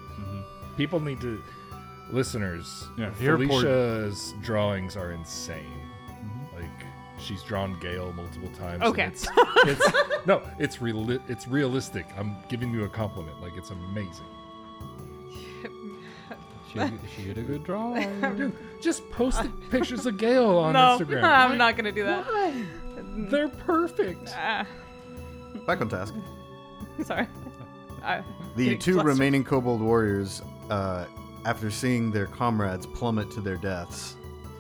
Speaker 1: People need to. Listeners,
Speaker 5: Yeah, here for-
Speaker 1: Felicia's drawings are insane. Like she's drawn Gale multiple times. and
Speaker 3: Okay.
Speaker 1: It's, it's- no, it's reali- It's realistic. I'm giving you a compliment. Like it's amazing.
Speaker 5: She, she did a good drawing.
Speaker 1: Dude, just post the pictures of Gale on
Speaker 3: no,
Speaker 1: Instagram.
Speaker 3: I'm not gonna do that.
Speaker 1: Why? They're perfect.
Speaker 3: Ah,
Speaker 2: Back on task.
Speaker 3: sorry. I-
Speaker 2: The
Speaker 3: getting
Speaker 2: two
Speaker 3: flustered.
Speaker 2: remaining kobold warriors, uh, after seeing their comrades plummet to their deaths,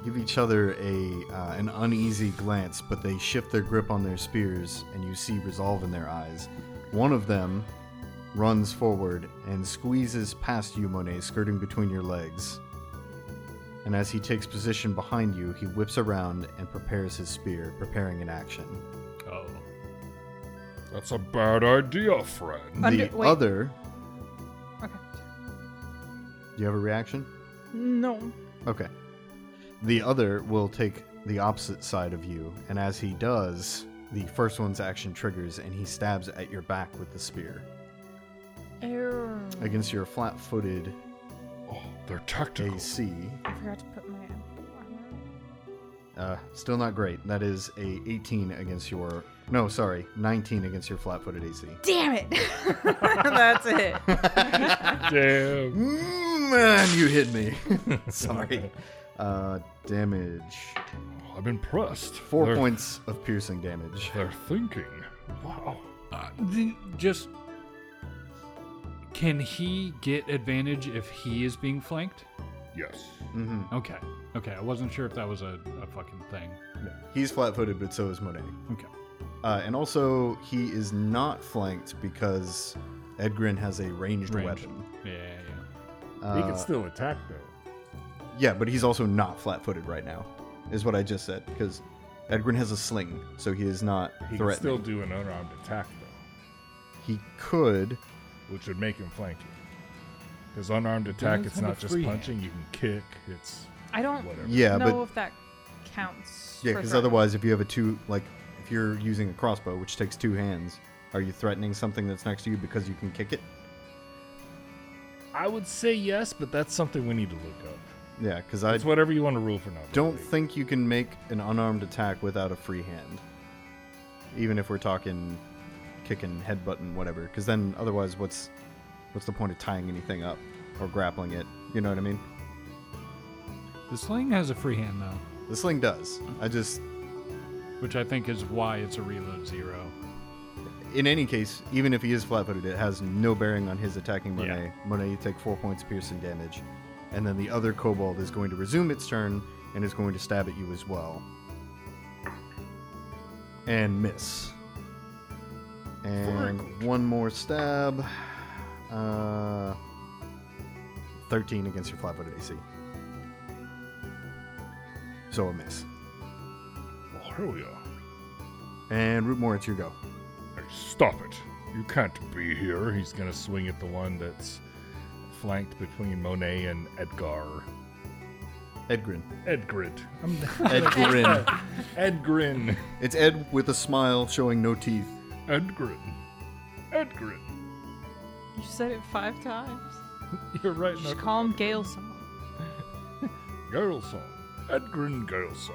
Speaker 2: give each other a uh, an uneasy glance, but they shift their grip on their spears, and you see resolve in their eyes. One of them runs forward and squeezes past you, Monet, skirting between your legs. And as he takes position behind you, he whips around and prepares his spear, preparing an action.
Speaker 5: oh.
Speaker 1: That's a bad idea, friend.
Speaker 3: Under-
Speaker 2: the
Speaker 3: wait.
Speaker 2: other,
Speaker 3: Okay.
Speaker 2: do you have a reaction?
Speaker 3: No.
Speaker 2: Okay. The other will take the opposite side of you, and as he does, the first one's action triggers and he stabs at your back with the spear.
Speaker 3: Err.
Speaker 2: Against your flat footed
Speaker 1: Oh, they're tactical.
Speaker 2: AC,
Speaker 3: I forgot to put my armor.
Speaker 2: uh, still not great. That is a 18 against your. No, sorry, 19 against your flat footed AC.
Speaker 3: Damn it! That's it.
Speaker 1: Damn.
Speaker 2: Mm, Man, you hit me. sorry. Uh, damage.
Speaker 1: I've been pressed.
Speaker 2: Four
Speaker 1: Oh, They're-
Speaker 2: points of piercing damage.
Speaker 1: They're thinking. Wow.
Speaker 5: Uh, th- just can he get advantage if he is being flanked?
Speaker 1: Yes.
Speaker 2: hmm
Speaker 5: Okay. Okay. I wasn't sure if that was a, a fucking thing.
Speaker 2: He's flat footed, but so is Monet.
Speaker 5: Okay.
Speaker 2: Uh, and also, he is not flanked because Edgrin has a ranged,
Speaker 5: Ranged.
Speaker 2: weapon.
Speaker 5: Yeah. Yeah. yeah.
Speaker 2: Uh,
Speaker 1: he can still attack though.
Speaker 2: yeah, but he's also not flat footed right now, is what I just said, because Edgrin has a sling, so he is not
Speaker 1: He can
Speaker 2: threatened.
Speaker 1: still do an unarmed attack though,
Speaker 2: He could.
Speaker 1: which would make him flank you. Because unarmed attack,
Speaker 5: does
Speaker 1: it's
Speaker 5: have a
Speaker 1: not just
Speaker 5: free
Speaker 1: punching. You can kick. It's
Speaker 3: I don't
Speaker 1: whatever.
Speaker 2: Yeah,
Speaker 3: know
Speaker 2: but.
Speaker 3: if that counts.
Speaker 2: Yeah,
Speaker 3: for
Speaker 2: because
Speaker 3: threat.
Speaker 2: otherwise, if you have a two. Like, if you're using a crossbow, which takes two hands, are you threatening something that's next to you because you can kick it?
Speaker 1: I would say yes, but that's something we need to look up.
Speaker 2: Yeah, because I
Speaker 1: It's whatever you want to rule for now.
Speaker 2: don't think you can make an unarmed attack without a free hand. Even if we're talking kicking, head button, whatever. Because then, otherwise, what's what's the point of tying anything up or grappling it? You know what I mean?
Speaker 5: The sling has a free hand though,
Speaker 2: The sling does. I just,
Speaker 5: which I think is why it's a reload zero.
Speaker 2: in any case, even if he is flat-footed, it has no bearing on his attacking
Speaker 1: Yeah.
Speaker 2: Monet. Monet, you take four points of piercing damage, and then the other kobold is going to resume its turn and is going to stab at you as well, and miss. And one more stab. Uh, Thirteen against your flat-footed AC. So a miss.
Speaker 1: Well, here we are.
Speaker 2: And Rootmore, it's your go.
Speaker 1: Hey, stop it. You can't be here. He's going to swing at the one that's flanked between Monet and Edgar.
Speaker 2: Edgrin.
Speaker 1: Edgrid. I'm
Speaker 2: Edgrin.
Speaker 1: Edgrin.
Speaker 2: It's Ed with a smile showing no teeth.
Speaker 1: Edgrin. Edgrin.
Speaker 3: you said it five times.
Speaker 1: You're right,
Speaker 3: Just call him Gale someone.
Speaker 1: Girlsong. Edgrin Girlsong.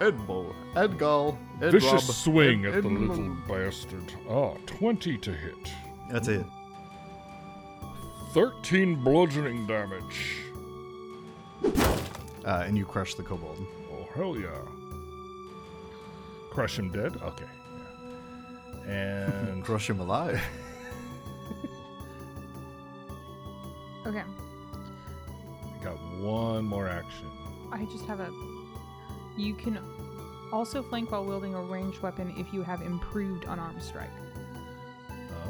Speaker 2: Edbull. Edgal. Ed
Speaker 1: Vicious swing at the little bastard. Ah, 20 to hit.
Speaker 2: That's it.
Speaker 1: 13 bludgeoning damage.
Speaker 2: Uh, and you crush the kobold.
Speaker 1: Oh, hell yeah. Crush him dead? Okay. yeah. And
Speaker 2: Crush him alive.
Speaker 3: Okay,
Speaker 1: we got one more action.
Speaker 3: I just have a. You can also flank while wielding a ranged weapon if you have improved unarmed strike.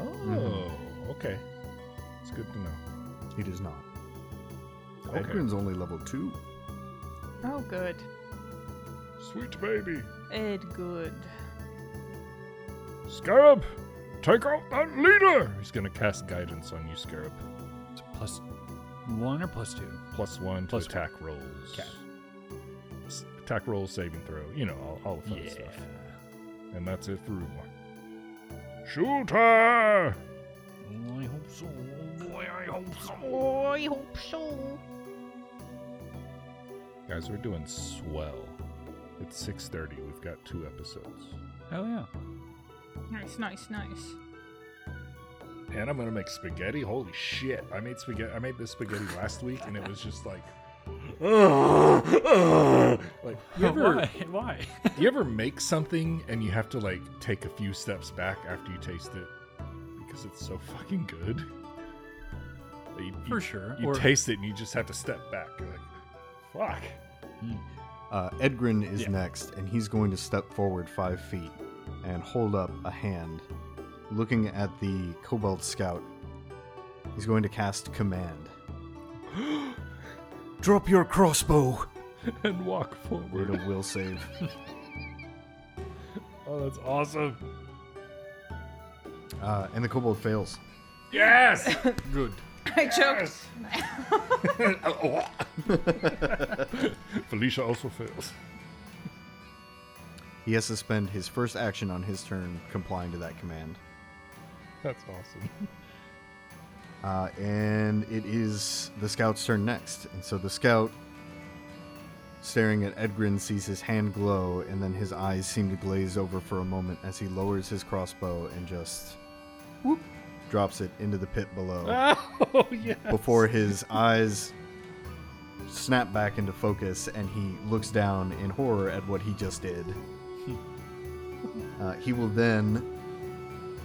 Speaker 1: Oh, okay. It's good to know.
Speaker 2: he does not.
Speaker 1: Okay.
Speaker 2: Edgrin's only level two.
Speaker 3: Oh, good.
Speaker 1: Sweet baby.
Speaker 3: Ed, good.
Speaker 1: Scarab, take out that leader! He's gonna cast guidance on you, Scarab.
Speaker 5: It's plus one or plus two.
Speaker 1: Plus one to
Speaker 5: Plus one.
Speaker 1: attack rolls. S- Attack rolls, saving throw, you know, all, all the fun stuff. And that's it for room one. Shooter!
Speaker 5: Oh, I hope so. Boy, I hope so.
Speaker 3: Oh, I hope so.
Speaker 1: Guys, we're doing swell. It's 6.30. We've got two episodes.
Speaker 5: Hell yeah.
Speaker 3: Nice, nice, nice.
Speaker 1: And I'm gonna make spaghetti. Holy shit! I made spaghetti. I made this spaghetti last week, and it was just like, like you ever,
Speaker 5: Oh, Why? Why?
Speaker 1: you ever make something and you have to like take a few steps back after you taste it because it's so fucking good. That you- you-
Speaker 5: For sure,
Speaker 1: You
Speaker 5: or-
Speaker 1: taste it and you just have to step back. You're like, fuck.
Speaker 2: Uh, Edgrin is next, and he's going to step forward five feet and hold up a hand, looking at the kobold scout. He's going to cast command. Drop your crossbow.
Speaker 1: and walk
Speaker 2: Word
Speaker 1: forward.
Speaker 2: of will save.
Speaker 1: Oh, that's awesome.
Speaker 2: Uh, and the kobold fails.
Speaker 1: Yes.
Speaker 5: Good.
Speaker 3: I choked.
Speaker 1: Felicia also fails.
Speaker 2: He has to spend his first action on his turn complying to that command.
Speaker 1: That's awesome.
Speaker 2: Uh, and it is the scout's turn next. And so the scout, staring at Edgren, sees his hand glow, and then his eyes seem to glaze over for a moment as he lowers his crossbow and just whoop, drops it into the pit below
Speaker 1: Oh yeah.
Speaker 2: before his eyes snap back into focus and he looks down in horror at what he just did. Uh, he will then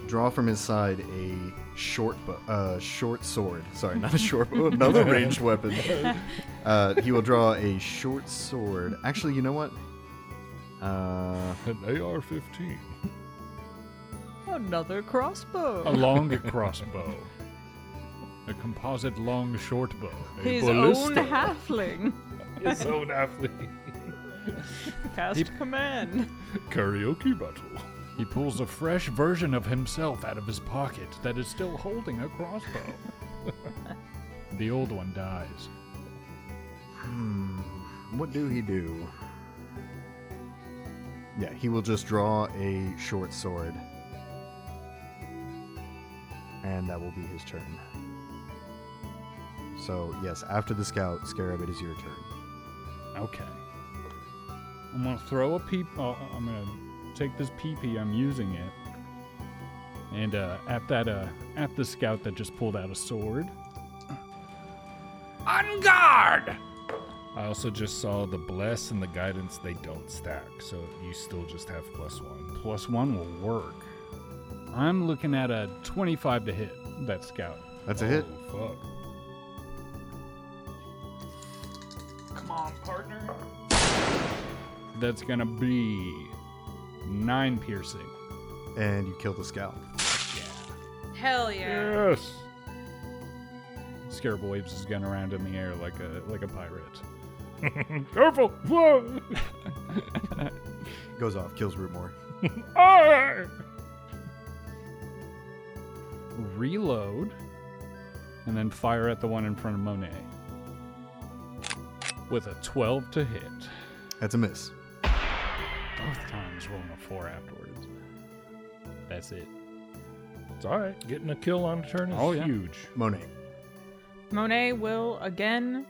Speaker 2: draw from his side a short bo- uh, short sword. Sorry, not a short bow, another ranged weapon. Uh, he will draw a short sword. Actually, you know what? Uh,
Speaker 1: An AR-15.
Speaker 3: Another crossbow.
Speaker 5: A long crossbow. A composite long short bow.
Speaker 3: His own halfling.
Speaker 1: His own athlete.
Speaker 3: Cast command.
Speaker 1: Karaoke battle.
Speaker 5: He pulls a fresh version of himself out of his pocket that is still holding a crossbow. the old one dies.
Speaker 2: Hmm, What do he do? Yeah, he will just draw a short sword. And that will be his turn. So, yes, after the scout, Scarab, it is your turn.
Speaker 5: Okay. I'm gonna throw a peep. Uh, I'm gonna take this peepee. I'm using it. And uh, at that, uh, at the scout that just pulled out a sword.
Speaker 6: On guard!
Speaker 1: I also just saw the bless and the guidance they don't stack, so you still just have plus one.
Speaker 5: Plus one will work. I'm looking at a 25 to hit that scout.
Speaker 2: That's a hit.
Speaker 1: Oh
Speaker 6: Come on, partner.
Speaker 5: That's gonna be nine piercing.
Speaker 2: And you kill the scout.
Speaker 3: Hell
Speaker 1: fuck.
Speaker 3: yeah.
Speaker 1: Yes.
Speaker 5: Scarab waves his gun around in the air like a like a pirate.
Speaker 1: Careful. Whoa.
Speaker 2: Goes off, kills Rootmore.
Speaker 1: Ah!
Speaker 5: reload, and then fire at the one in front of Monet with a 12 to hit.
Speaker 2: That's a miss.
Speaker 5: Both times rolling a four afterwards. That's it.
Speaker 1: It's all right. Getting a kill on a turn is
Speaker 5: Oh, yeah.
Speaker 1: huge.
Speaker 2: Monet.
Speaker 3: Monet will again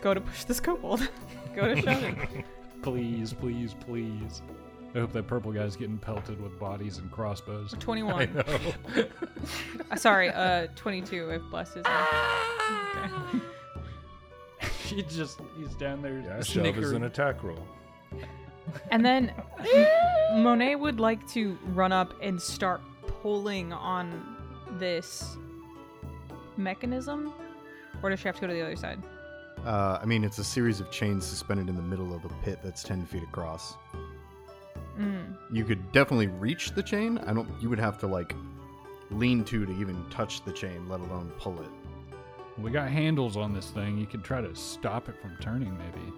Speaker 3: go to push this kobold. go to shove it.
Speaker 5: Please, please, please. I hope that purple guy's getting pelted with bodies and crossbows.
Speaker 3: 21. Uh, Sorry, uh, 22 if Bless is.
Speaker 5: he just, he's down there.
Speaker 1: Yeah, shove is an
Speaker 5: snickering.
Speaker 1: attack roll.
Speaker 3: And then Monet would like to run up and start pulling on this mechanism. Or does she have to go to the other side?
Speaker 2: Uh, I mean, it's a series of chains suspended in the middle of a pit that's 10 feet across.
Speaker 3: Mm.
Speaker 2: You could definitely reach the chain. I don't. You would have to, like, lean to to even touch the chain, let alone pull it.
Speaker 5: We got handles on this thing. You could try to stop it from turning, maybe.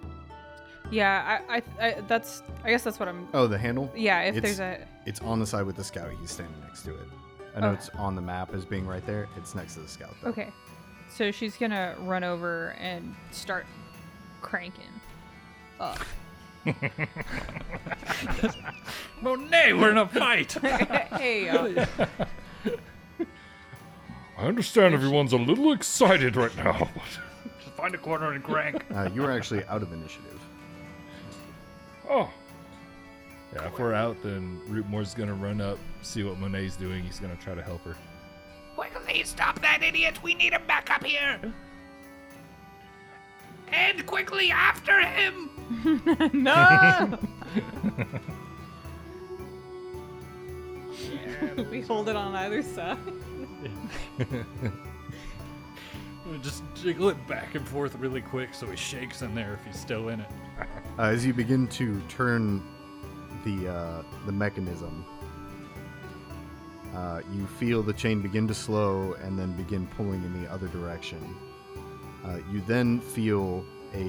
Speaker 3: Yeah, I, I, I, that's. I guess that's what I'm.
Speaker 2: Oh, the handle?
Speaker 3: Yeah, if
Speaker 2: It's-
Speaker 3: there's a.
Speaker 2: It's on the side with the scout. He's standing next to it. I know
Speaker 3: Okay.
Speaker 2: it's on the map as being right there. It's next to the scout, though.
Speaker 3: Okay. So she's gonna run over and start cranking up.
Speaker 5: Monet, we're in a fight!
Speaker 3: hey, yo.
Speaker 1: I understand everyone's a little excited right now.
Speaker 6: Just find a corner and crank.
Speaker 2: Uh, you are actually out of initiative.
Speaker 1: oh. Yeah, if we're out, then Rootmore's gonna run up, see what Monet's doing. He's gonna try to help her.
Speaker 6: Quickly stop that idiot! We need him back up here! And quickly after him!
Speaker 3: no! we hold it on either side.
Speaker 5: We Just jiggle it back and forth really quick so he shakes in there if he's still in it.
Speaker 2: Uh, as you begin to turn the uh, the mechanism, uh, you feel the chain begin to slow and then begin pulling in the other direction. Uh, you then feel a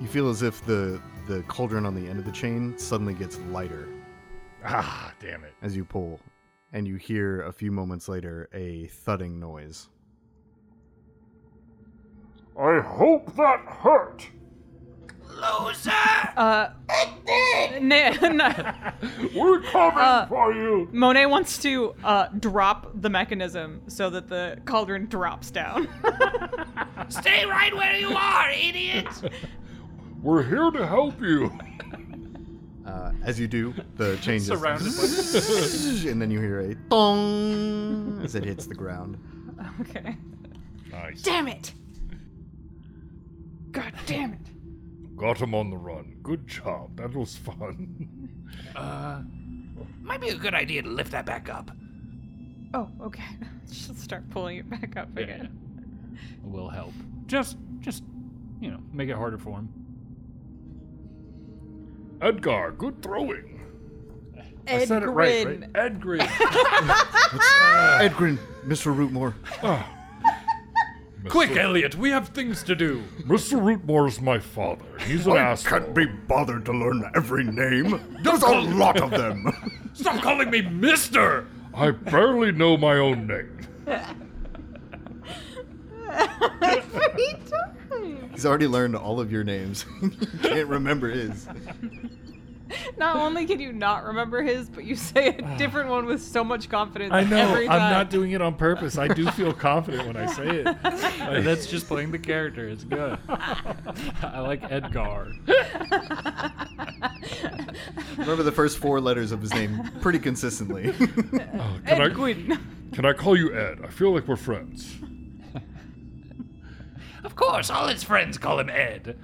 Speaker 2: you feel as if the the cauldron on the end of the chain suddenly gets lighter
Speaker 1: Ah, damn it.
Speaker 2: as you pull, and you hear a few moments later a thudding noise.
Speaker 1: I hope that hurt.
Speaker 6: Loser!
Speaker 3: Uh, na- na-
Speaker 1: We're coming
Speaker 3: Uh,
Speaker 1: for you.
Speaker 3: Monet wants to uh, drop the mechanism so that the cauldron drops down.
Speaker 6: Stay right where you are, idiots!
Speaker 1: We're here to help you.
Speaker 2: Uh, as you do, the changes.
Speaker 5: Surrounded by-
Speaker 2: and then you hear a thong as it hits the ground.
Speaker 3: okay.
Speaker 1: Nice.
Speaker 3: Damn it! God damn it!
Speaker 1: Got him on the run. Good job. That was fun.
Speaker 6: Might be a good idea to lift that back up.
Speaker 3: Oh, okay. She'll start pulling it back up again.
Speaker 5: will help. Just, just, you know, make it harder for him.
Speaker 1: Edgar, good throwing.
Speaker 3: Ed
Speaker 1: I said it right, right? Edgrin.
Speaker 2: Edgrin, Mr. Rootmore.
Speaker 5: Quick, Elliot, we have things to do.
Speaker 1: Mr. Rootmore's my father. He's an asshole.
Speaker 2: bothered to learn every name. There's a lot of them.
Speaker 5: Stop calling me Mister.
Speaker 1: I barely know my own name.
Speaker 3: Every time.
Speaker 2: He's already learned all of your names. You Can't remember his.
Speaker 3: Not only can you not remember his, but you say a different one with so much confidence.
Speaker 1: I know.
Speaker 3: Every time.
Speaker 1: I'm not doing it on purpose. I do feel confident when I say it. Like,
Speaker 5: That's just playing the character. It's good. I like Edgar.
Speaker 2: Remember the first four letters of his name pretty consistently.
Speaker 1: oh, can I
Speaker 3: Edwin.
Speaker 1: can I call you Ed? I feel like we're friends.
Speaker 6: Of course, all his friends call him Ed.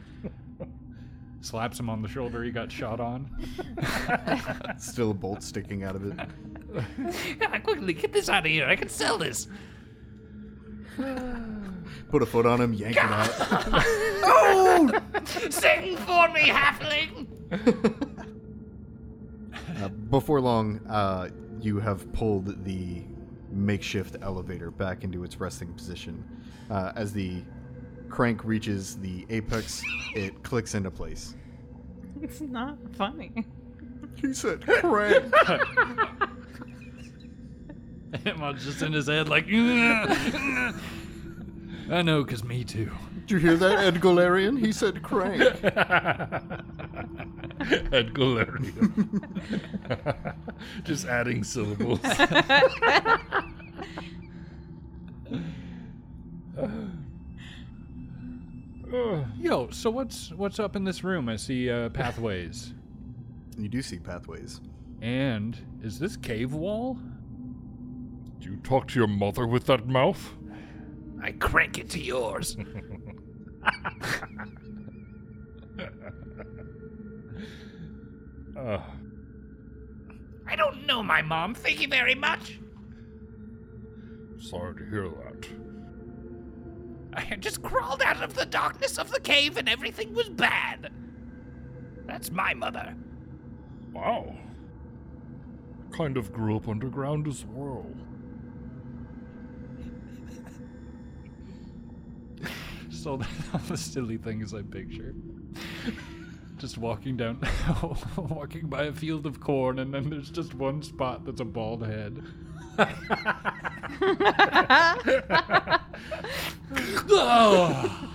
Speaker 5: Slaps him on the shoulder. He got shot on.
Speaker 2: Still a bolt sticking out of it.
Speaker 6: Yeah, quickly, get this out of here. I can sell this.
Speaker 2: Put a foot on him, yank it out.
Speaker 6: Sing for me, halfling!
Speaker 2: Uh, before long, uh, you have pulled the makeshift elevator back into its resting position. Uh, as the crank reaches the apex, it clicks into place.
Speaker 3: It's not funny.
Speaker 2: He said crank.
Speaker 5: Emma's just in his head like. "Ugh, ugh." I know, cause me too.
Speaker 2: Did you hear that, Ed Golarian? He said crank.
Speaker 1: Ed Galerium. Just adding syllables.
Speaker 5: Yo, so what's what's up in this room? I see uh, pathways.
Speaker 2: You do see pathways.
Speaker 5: And is this cave wall?
Speaker 1: Do you talk to your mother with that mouth?
Speaker 6: I crank it to yours.
Speaker 1: Uh,
Speaker 6: I don't know my mom. Thank you very much.
Speaker 1: sorry to hear that.
Speaker 6: I had just crawled out of the darkness of the cave and everything was bad. That's my mother.
Speaker 1: Wow. Kind of grew up underground as well.
Speaker 5: So all the silly things I picture. Just walking down, walking by a field of corn, and then there's just one spot that's a bald head. oh,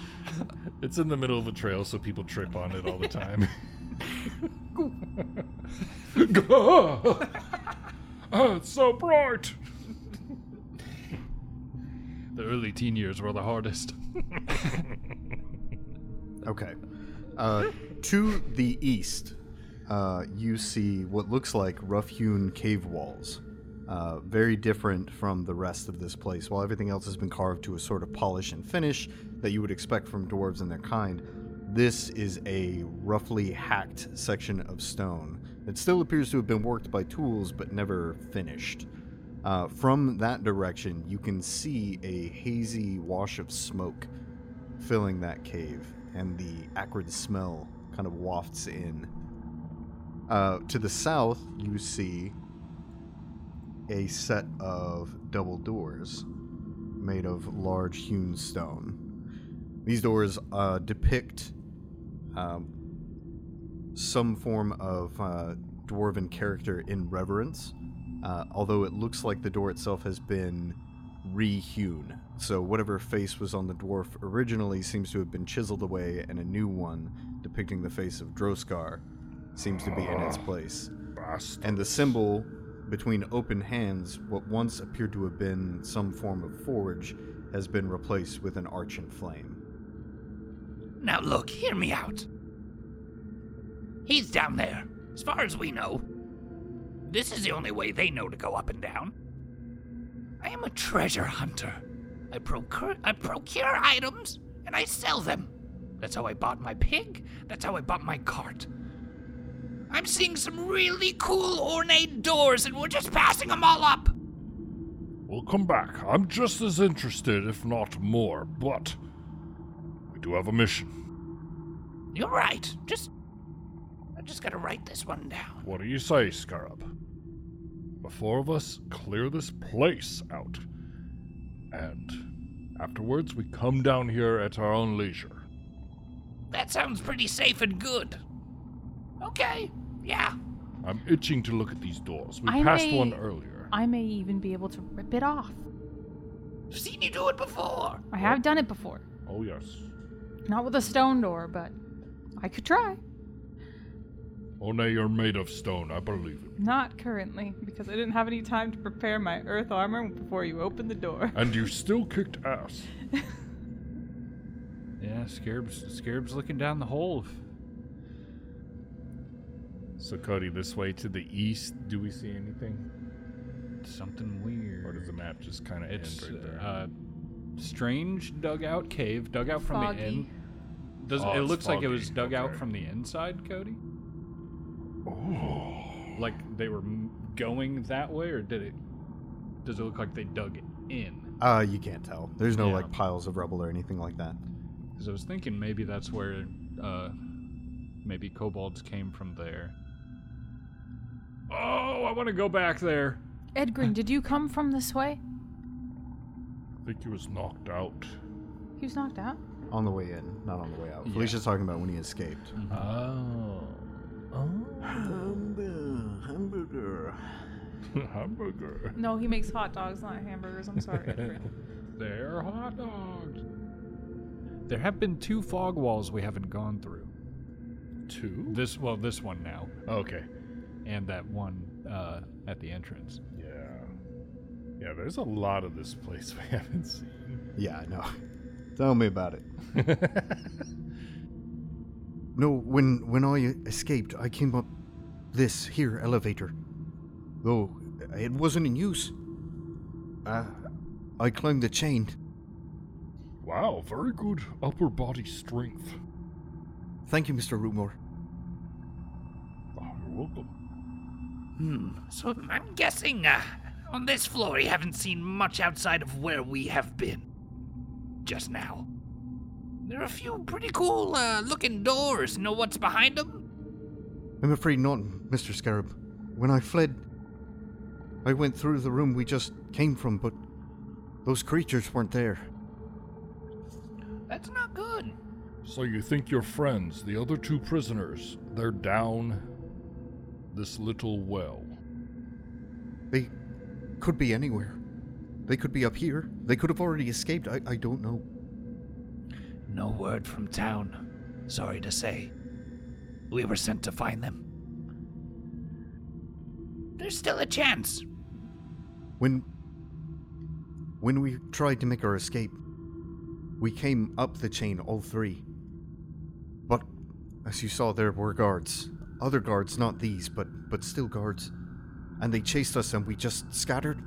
Speaker 1: It's in the middle of a trail, so people trip on it all the time. oh, it's so bright.
Speaker 5: the early teen years were the hardest.
Speaker 2: Okay. Uh, to the east, uh, you see what looks like rough hewn cave walls. Uh, very different from the rest of this place. While everything else has been carved to a sort of polish and finish that you would expect from dwarves and their kind, this is a roughly hacked section of stone. It still appears to have been worked by tools but never finished. Uh, from that direction, you can see a hazy wash of smoke filling that cave, and the acrid smell kind of wafts in. Uh, to the south, you see a set of double doors made of large hewn stone. These doors uh, depict um, some form of uh, dwarven character in reverence, uh, although it looks like the door itself has been rehewn. So whatever face was on the dwarf originally seems to have been chiseled away, and a new one depicting the face of Droskar seems to be in its place. And the symbol between open hands, what once appeared to have been some form of forge, has been replaced with an arch in flame.
Speaker 6: Now look, hear me out. He's down there, as far as we know. This is the only way they know to go up and down. I am a treasure hunter. I procure, I procure items and I sell them. That's how I bought my pig. That's how I bought my cart. I'm seeing some really cool ornate doors and we're just passing them all up.
Speaker 1: We'll come back. I'm just as interested, if not more, but we do have a mission.
Speaker 6: You're right. Just I just gotta write this one down.
Speaker 1: What do you say, Scarab? The four of us clear this place out. And afterwards, we come down here at our own leisure.
Speaker 6: That sounds pretty safe and good. Okay, yeah.
Speaker 1: I'm itching to look at these doors. We
Speaker 3: I
Speaker 1: passed
Speaker 3: may-
Speaker 1: one earlier.
Speaker 3: I may even be able to rip it off.
Speaker 6: Seen you do it before.
Speaker 3: I have done it before.
Speaker 1: Oh, yes.
Speaker 3: Not with a stone door, but I could try.
Speaker 1: One, you're made of stone. I believe it.
Speaker 3: Not currently, because I didn't have any time to prepare my earth armor before you opened the door.
Speaker 1: And you still kicked ass.
Speaker 5: Yeah, Scarab's, Scarab's looking down the hole.
Speaker 1: So, Cody, this way to the east, do we see anything?
Speaker 5: If something weird.
Speaker 1: Or does the map just kind of end
Speaker 5: It's
Speaker 1: right there?
Speaker 5: uh, strange dugout cave, dug out from
Speaker 3: Foggy.
Speaker 5: the in. Does
Speaker 1: Oh,
Speaker 5: it
Speaker 1: it's
Speaker 5: looks like it was
Speaker 1: foggy,
Speaker 5: dug out
Speaker 1: okay.
Speaker 5: from the inside, Cody? Like they were m- going that way, or did it? Does it look like they dug in?
Speaker 2: Uh, you can't tell. There's no
Speaker 5: Yeah.
Speaker 2: like piles of rubble or anything like that.
Speaker 5: Because I was thinking maybe that's where, uh, maybe kobolds came from there. Oh, I want to go back there.
Speaker 3: Edgrin, did you come from this way?
Speaker 1: I think he was knocked out.
Speaker 3: He was knocked out.
Speaker 2: On the way in, not on the way out. Felicia's talking about when he escaped.
Speaker 1: Oh.
Speaker 4: hamburger.
Speaker 1: Hamburger.
Speaker 3: No, he makes hot dogs, not hamburgers. I'm sorry, Edgrin.
Speaker 5: They're hot dogs. There have been two fog walls we haven't gone through.
Speaker 1: Two?
Speaker 5: This well, this one now,
Speaker 1: Okay.
Speaker 5: and that one uh, at the entrance.
Speaker 1: Yeah. Yeah, there's a lot of this place we haven't seen.
Speaker 2: Yeah, I know. Tell me about it. No, when when I escaped, I came up this here elevator. Though it wasn't in use. Uh, I climbed the chain.
Speaker 1: wow, very good upper body strength.
Speaker 2: Thank you, Mr. Rumor.
Speaker 1: Oh, you're welcome.
Speaker 6: Hmm, So I'm guessing uh, on this floor you haven't seen much outside of where we have been just now. There are a few pretty cool uh, looking doors. Know what's behind them?
Speaker 2: I'm afraid not, Mr. Scarab. When I fled, I went through the room we just came from, but those creatures weren't there.
Speaker 6: That's not good.
Speaker 1: So you think your friends, the other two prisoners, they're down this little well?
Speaker 2: They could be anywhere. They could be up here. They could have already escaped. I, I don't know.
Speaker 6: No word from town. Sorry to say. We were sent to find them. There's still a chance.
Speaker 2: When when we tried to make our escape, we came up the chain, all three. But as you saw, there were guards. Other guards, not these, but but still guards. And they chased us, and we just scattered.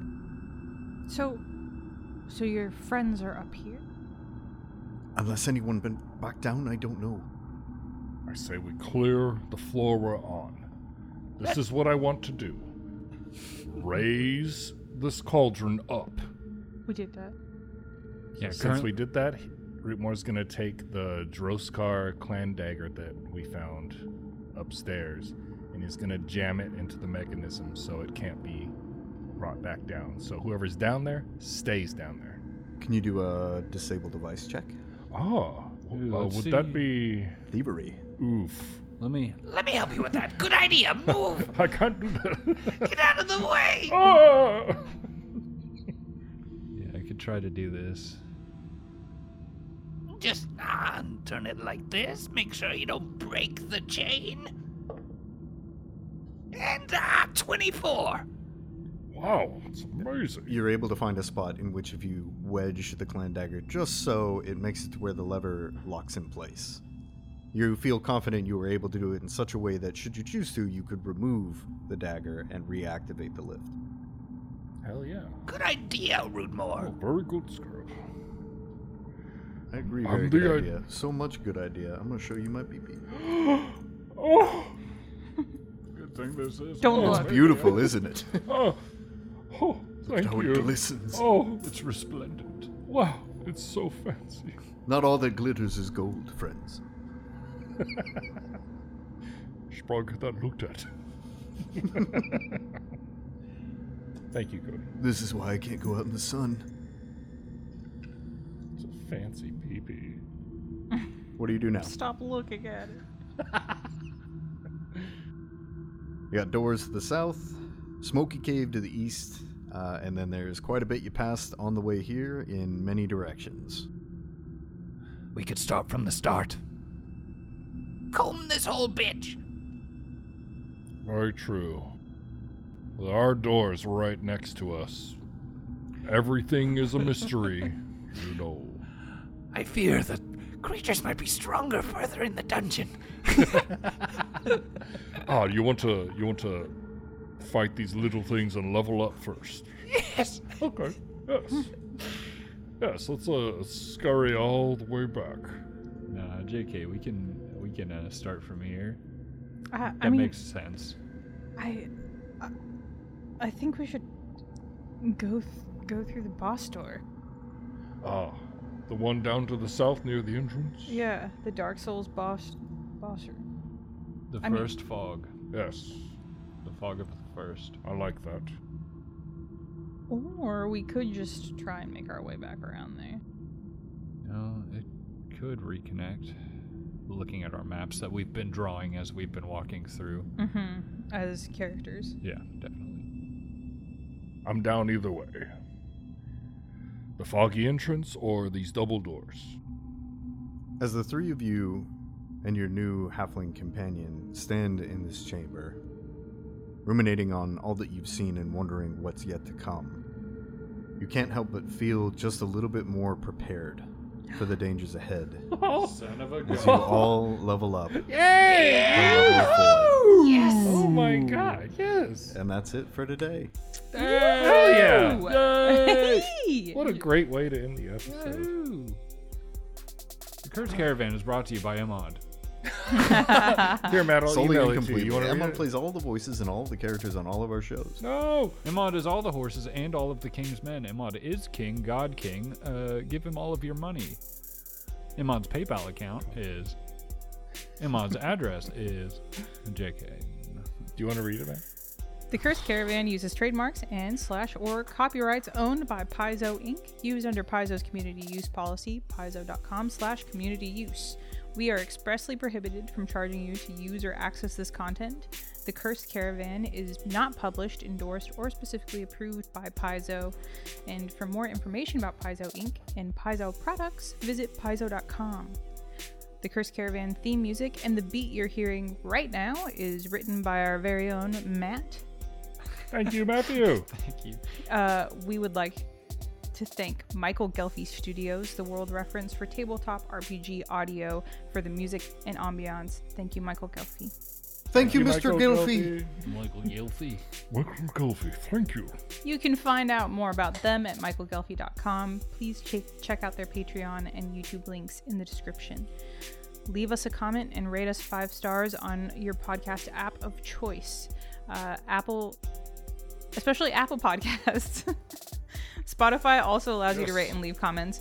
Speaker 3: so, so your friends are up here?
Speaker 2: Unless anyone been back down, I don't know.
Speaker 1: I say we clear the floor we're on. This is what I want to do raise this cauldron up.
Speaker 3: We did that.
Speaker 5: Yeah,
Speaker 1: Since we did that, Rootmore's gonna take the Droskar clan dagger that we found upstairs, and he's gonna jam it into the mechanism so it can't be brought back down. So whoever's down there stays down there.
Speaker 2: Can you do a disable device check?
Speaker 1: Oh,
Speaker 5: Ooh,
Speaker 1: uh, would
Speaker 5: let's
Speaker 1: that
Speaker 5: see.
Speaker 1: be
Speaker 2: Thievery.
Speaker 1: oof?
Speaker 5: Let me.
Speaker 6: Let me help you with that. Good idea. Move.
Speaker 1: I can't do that.
Speaker 6: Get out of the way.
Speaker 1: oh!
Speaker 5: Yeah, I could try to do this.
Speaker 6: Just ah, turn it like this. Make sure you don't break the chain. And ah, 24.
Speaker 1: Wow, it's amazing.
Speaker 2: You're able to find a spot in which if you wedge the clan dagger just so, it makes it to where the lever locks in place. You feel confident you were able to do it in such a way that, should you choose to, you could remove the dagger and reactivate the lift.
Speaker 1: Hell yeah.
Speaker 6: Good idea,
Speaker 1: Oh,
Speaker 6: Rudemore.
Speaker 1: very good, Scarab.
Speaker 2: I agree.
Speaker 1: I'm
Speaker 2: Very
Speaker 1: the
Speaker 2: good
Speaker 1: i-
Speaker 2: idea. So much good idea. I'm gonna show you my PP.
Speaker 1: Oh! Good thing this is.
Speaker 3: Don't
Speaker 1: oh,
Speaker 3: look.
Speaker 1: baby.
Speaker 2: Beautiful, isn't it?
Speaker 1: Oh, oh thank
Speaker 2: How it
Speaker 1: you.
Speaker 2: glistens.
Speaker 1: Oh, it's resplendent. Wow, it's so fancy.
Speaker 2: Not all that glitters is gold, friends.
Speaker 1: Should probably get that looked at. Thank you, Cody.
Speaker 2: This is why I can't go out in the sun.
Speaker 1: It's a fancy peepee.
Speaker 2: What do you do now?
Speaker 3: Stop looking at it.
Speaker 2: You got doors to the south, Smoky Cave to the east, uh, and then there's quite a bit you passed on the way here in many directions.
Speaker 6: We could start from the start. Comb this whole bitch.
Speaker 1: Very true. There are doors right next to us. Everything is a mystery, you know.
Speaker 6: I fear that creatures might be stronger further in the dungeon.
Speaker 1: Ah, you want to you want to fight these little things and level up first.
Speaker 6: Yes.
Speaker 1: Okay. Yes. yes. Let's uh scurry all the way back.
Speaker 5: Nah, Jk, we can we can uh, start from here.
Speaker 3: I,
Speaker 5: That
Speaker 3: I mean,
Speaker 5: makes sense.
Speaker 3: I, I, I think we should go th- go through the boss door.
Speaker 1: Ah, the one down to the south near the entrance.
Speaker 3: Yeah, the Dark Souls boss bosser.
Speaker 5: The
Speaker 3: I mean-
Speaker 5: first fog,
Speaker 1: Yes,
Speaker 5: the fog of the first.
Speaker 1: I like that.
Speaker 3: Or we could just try and make our way back around there.
Speaker 5: No, it could reconnect. Looking at our maps that we've been drawing as we've been walking through.
Speaker 3: Mm-hmm. As characters.
Speaker 5: Yeah, definitely.
Speaker 1: I'm down either way. The foggy entrance or these double doors.
Speaker 2: As the three of you and your new halfling companion stand in this chamber, ruminating on all that you've seen and wondering what's yet to come, you can't help but feel just a little bit more prepared for the dangers ahead
Speaker 5: Son of a
Speaker 2: as you all level up.
Speaker 1: Oh my god! Yes.
Speaker 2: And that's it for today.
Speaker 1: Hell
Speaker 3: Woo!
Speaker 1: yeah!
Speaker 3: Hey!
Speaker 1: what a great way to end the episode.
Speaker 5: The Curse Caravan is brought to you by Emod.
Speaker 1: Here, Matt, I'll
Speaker 2: Solely
Speaker 1: email it to you.
Speaker 2: incomplete.
Speaker 1: You want to
Speaker 2: Emma
Speaker 1: read it?
Speaker 2: plays all the voices and all the characters on all of our shows.
Speaker 1: No.
Speaker 5: Emod is all the horses and all of the king's men. Emod is king, God king. Uh, give him all of your money. Emod's PayPal account is. Emod's address is. JK.
Speaker 1: Do you want to read it, Matt?
Speaker 3: The Cursed Caravan uses trademarks and slash or copyrights owned by Paizo Inc. used under Paizo's community use policy, paizo.com slash community use. We are expressly prohibited from charging you to use or access this content. The Cursed Caravan is not published, endorsed, or specifically approved by Paizo. And for more information about Paizo Inc. and Paizo products, visit paizo.com. The Curse Caravan theme music and the beat you're hearing right now is written by our very own Matt.
Speaker 1: Thank you, Matthew.
Speaker 5: Thank you.
Speaker 3: Uh, we would like to thank Michael Gelfie Studios, the world reference for tabletop RPG audio, for the music and ambiance. Thank you, Michael Gelfie.
Speaker 2: Thank you, Mr. Gilfie.
Speaker 5: Michael Gilfie.
Speaker 1: Michael Gilfie, thank you.
Speaker 3: You can find out more about them at michaelgelfie.com. Please check, check out their Patreon and YouTube links in the description. Leave us a comment and rate us five stars on your podcast app of choice. Uh, Apple, especially Apple Podcasts. Spotify also allows you to
Speaker 1: Yes.
Speaker 3: rate and leave comments.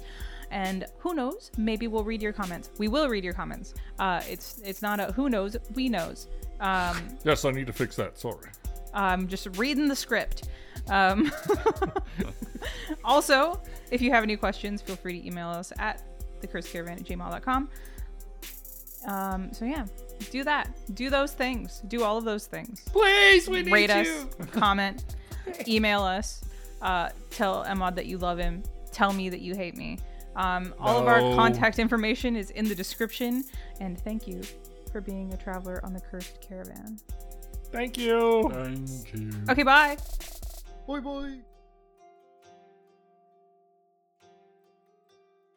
Speaker 3: And who knows? Maybe we'll read your comments. We will read your comments. Uh, it's it's not a who knows. We knows. Um,
Speaker 1: Yes, I need to fix that. Sorry.
Speaker 3: um, just reading the script. Um, also, if you have any questions, feel free to email us at thecursecaravan at gmail.com. Um, so, yeah, do that. Do those things. Do all of those things.
Speaker 7: Please, we need
Speaker 3: Rate us,
Speaker 7: you.
Speaker 3: comment, email us, uh, tell Emad that you love him, tell me that you hate me. Um, all of our
Speaker 1: No.
Speaker 3: contact information is in the description. And thank you for being a traveler on the cursed caravan.
Speaker 1: Thank you.
Speaker 5: Thank you.
Speaker 3: Okay, bye.
Speaker 2: Boy, boy.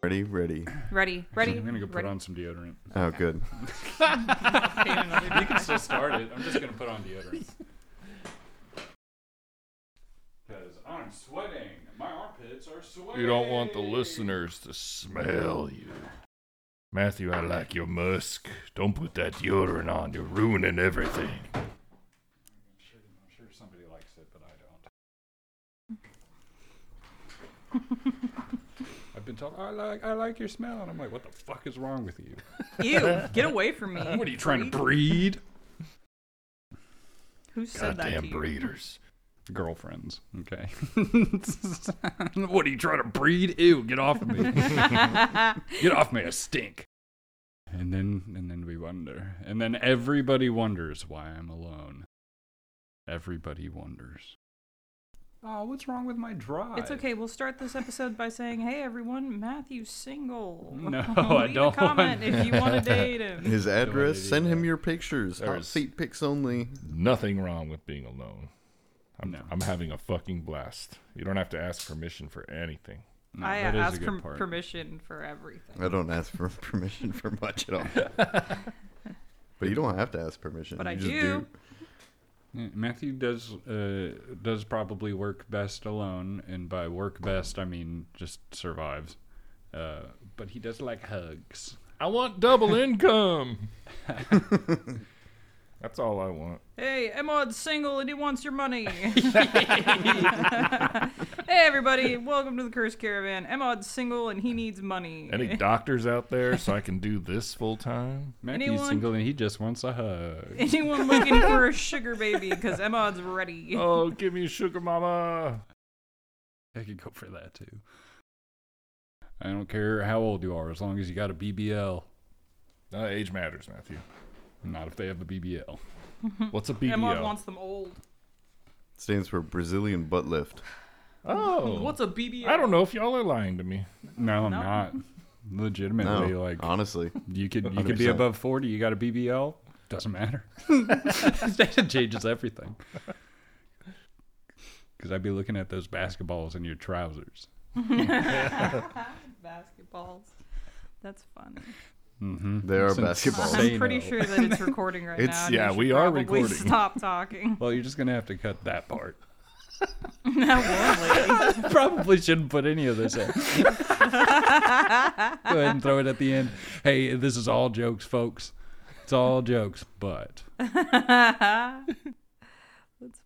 Speaker 2: Ready, ready.
Speaker 3: Ready, ready.
Speaker 5: I'm gonna go put
Speaker 3: ready.
Speaker 5: on some deodorant.
Speaker 2: Oh, good.
Speaker 5: you can still start it. I'm just gonna put on deodorant. Because I'm sweating. My armpits are sweating.
Speaker 1: You don't want the listeners to smell you. Matthew, I like your musk. Don't put that deodorant on. You're ruining everything.
Speaker 5: I'm sure somebody likes it, but I don't. I've been told I like I like your smell, and I'm like, what the fuck is wrong with you?
Speaker 3: Ew, get away from me.
Speaker 5: What are you trying to breed?
Speaker 3: Who said that? To
Speaker 1: Goddamn
Speaker 3: you?
Speaker 1: breeders.
Speaker 5: Girlfriends. Okay. what are you trying to breed? Ew! Get off of me. get off me, I stink. And then and then we wonder. And then everybody wonders why I'm alone. Everybody wonders. Oh, what's wrong with my drive?
Speaker 3: It's okay. We'll start this episode by saying, "Hey, everyone, Matthew's single."
Speaker 5: No, I
Speaker 3: Leave
Speaker 5: don't
Speaker 3: A comment
Speaker 5: want-
Speaker 3: if you want to date him.
Speaker 2: His address.
Speaker 5: do
Speaker 2: Send him
Speaker 5: that.
Speaker 2: your pictures. Hot
Speaker 1: There's-
Speaker 2: seat pics only.
Speaker 1: Nothing wrong with being alone. I'm,
Speaker 5: No.
Speaker 1: I'm having a fucking blast. You don't have to ask permission for anything.
Speaker 5: No,
Speaker 3: I
Speaker 5: that is a
Speaker 3: ask
Speaker 5: good
Speaker 3: for
Speaker 5: part.
Speaker 3: permission for everything,
Speaker 2: I don't ask for permission for much at all. but you don't have to ask permission.
Speaker 3: but I
Speaker 2: you
Speaker 3: do.
Speaker 2: just
Speaker 5: Yeah, Mm, Matthew does uh, does probably work best alone, and by work best I mean just survives. Uh, but he does like hugs.
Speaker 1: I want double income. That's all I want.
Speaker 3: Hey, Emod's single and he wants your money. hey, everybody, welcome to the Cursed Caravan. Emod's single and he needs money.
Speaker 1: Any doctors out there so I can do this full time?
Speaker 5: Matthew's
Speaker 3: Anyone-
Speaker 5: single and he just wants a hug.
Speaker 3: Anyone looking for a sugar baby? Because Emod's ready.
Speaker 1: Oh, give me sugar mama.
Speaker 5: I could go for that too. I don't care how old you are, as long as you got a BBL.
Speaker 1: Uh, age matters, Matthew.
Speaker 5: Not if they have a BBL.
Speaker 1: What's a
Speaker 3: Emod
Speaker 1: BBL?
Speaker 3: wants them old.
Speaker 2: stands for Brazilian butt lift.
Speaker 1: oh,
Speaker 3: What's a BBL?
Speaker 1: I don't know if y'all are lying to me.
Speaker 5: No, I'm
Speaker 3: No.
Speaker 5: not.
Speaker 2: No,
Speaker 5: Legitimately, like
Speaker 2: honestly,
Speaker 5: you could you could be
Speaker 2: 100%.
Speaker 5: above forty, you got a BBL. Doesn't matter. that changes everything. Because I'd be looking at those basketballs in your trousers.
Speaker 3: Basketballs. That's funny.
Speaker 2: they are basketballs.
Speaker 5: Say
Speaker 3: I'm pretty
Speaker 5: no.
Speaker 3: sure that it's recording right
Speaker 2: It's-
Speaker 3: now. and
Speaker 1: yeah,
Speaker 3: should
Speaker 1: we are
Speaker 3: probably
Speaker 1: recording.
Speaker 3: Stop talking.
Speaker 5: Well, you're just gonna have to cut that part.
Speaker 3: Now, Worley,
Speaker 5: Probably shouldn't put any of this in. Go ahead and throw it at the end. Hey, this is all jokes, folks. It's all jokes, but
Speaker 3: that's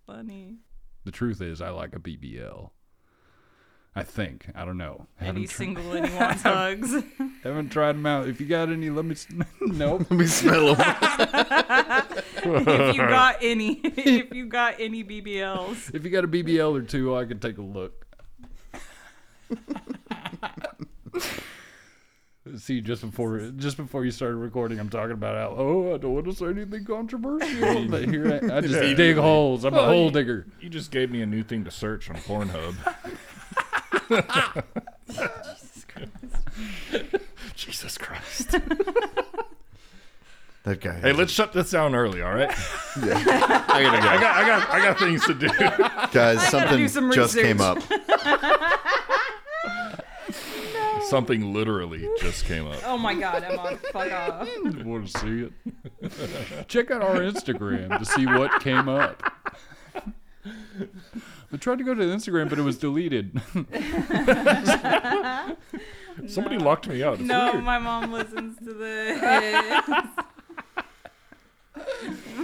Speaker 3: funny.
Speaker 5: the truth is, I like a BBL. I think. I don't know.
Speaker 3: And
Speaker 5: Haven't,
Speaker 3: he's
Speaker 5: tr-
Speaker 3: single and he wants hugs.
Speaker 5: haven't tried them out. If you got any, let me. s- nope.
Speaker 2: Let me smell them.
Speaker 3: if you got any, if you got any BBLs,
Speaker 5: If you got a BBL or two, I can take a look. See, just before just before you started recording, I'm talking about how oh, I don't want to say anything controversial. but here I, I just dig holes. I'm a hole digger.
Speaker 1: You just gave me a new thing to search on Pornhub. Jesus Christ.
Speaker 2: That guy.
Speaker 1: Hey, let's shut this down early, all right?
Speaker 2: I gotta
Speaker 1: I got I got I got things to do.
Speaker 2: go. Guys,
Speaker 3: do
Speaker 2: something
Speaker 3: some
Speaker 2: just
Speaker 3: research.
Speaker 2: came up.
Speaker 1: Something literally just came up.
Speaker 3: oh my god, Emma, fuck off.
Speaker 5: Want to see it? Check out our Instagram to see what came up. I tried to go to the Instagram, but it was deleted.
Speaker 1: Somebody locked me out. It's
Speaker 3: No,
Speaker 1: weird.
Speaker 3: my mom listens to this.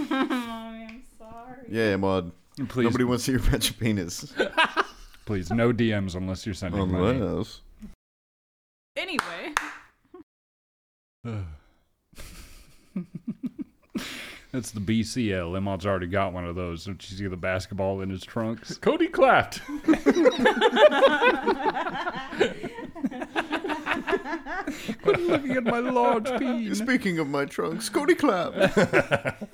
Speaker 3: Mommy, I'm sorry.
Speaker 2: Yeah, Maud.
Speaker 5: Please,
Speaker 2: Nobody wants to hear about your penis.
Speaker 5: please, no DMs unless you're sending money.
Speaker 2: Unless.
Speaker 3: Anyway,
Speaker 5: That's the BCL. Emma's already got one of those. Don't you see the basketball in his trunks?
Speaker 1: Cody clapped.
Speaker 5: Quit looking at my large peen.
Speaker 2: Speaking of my trunks, Cody Clapp.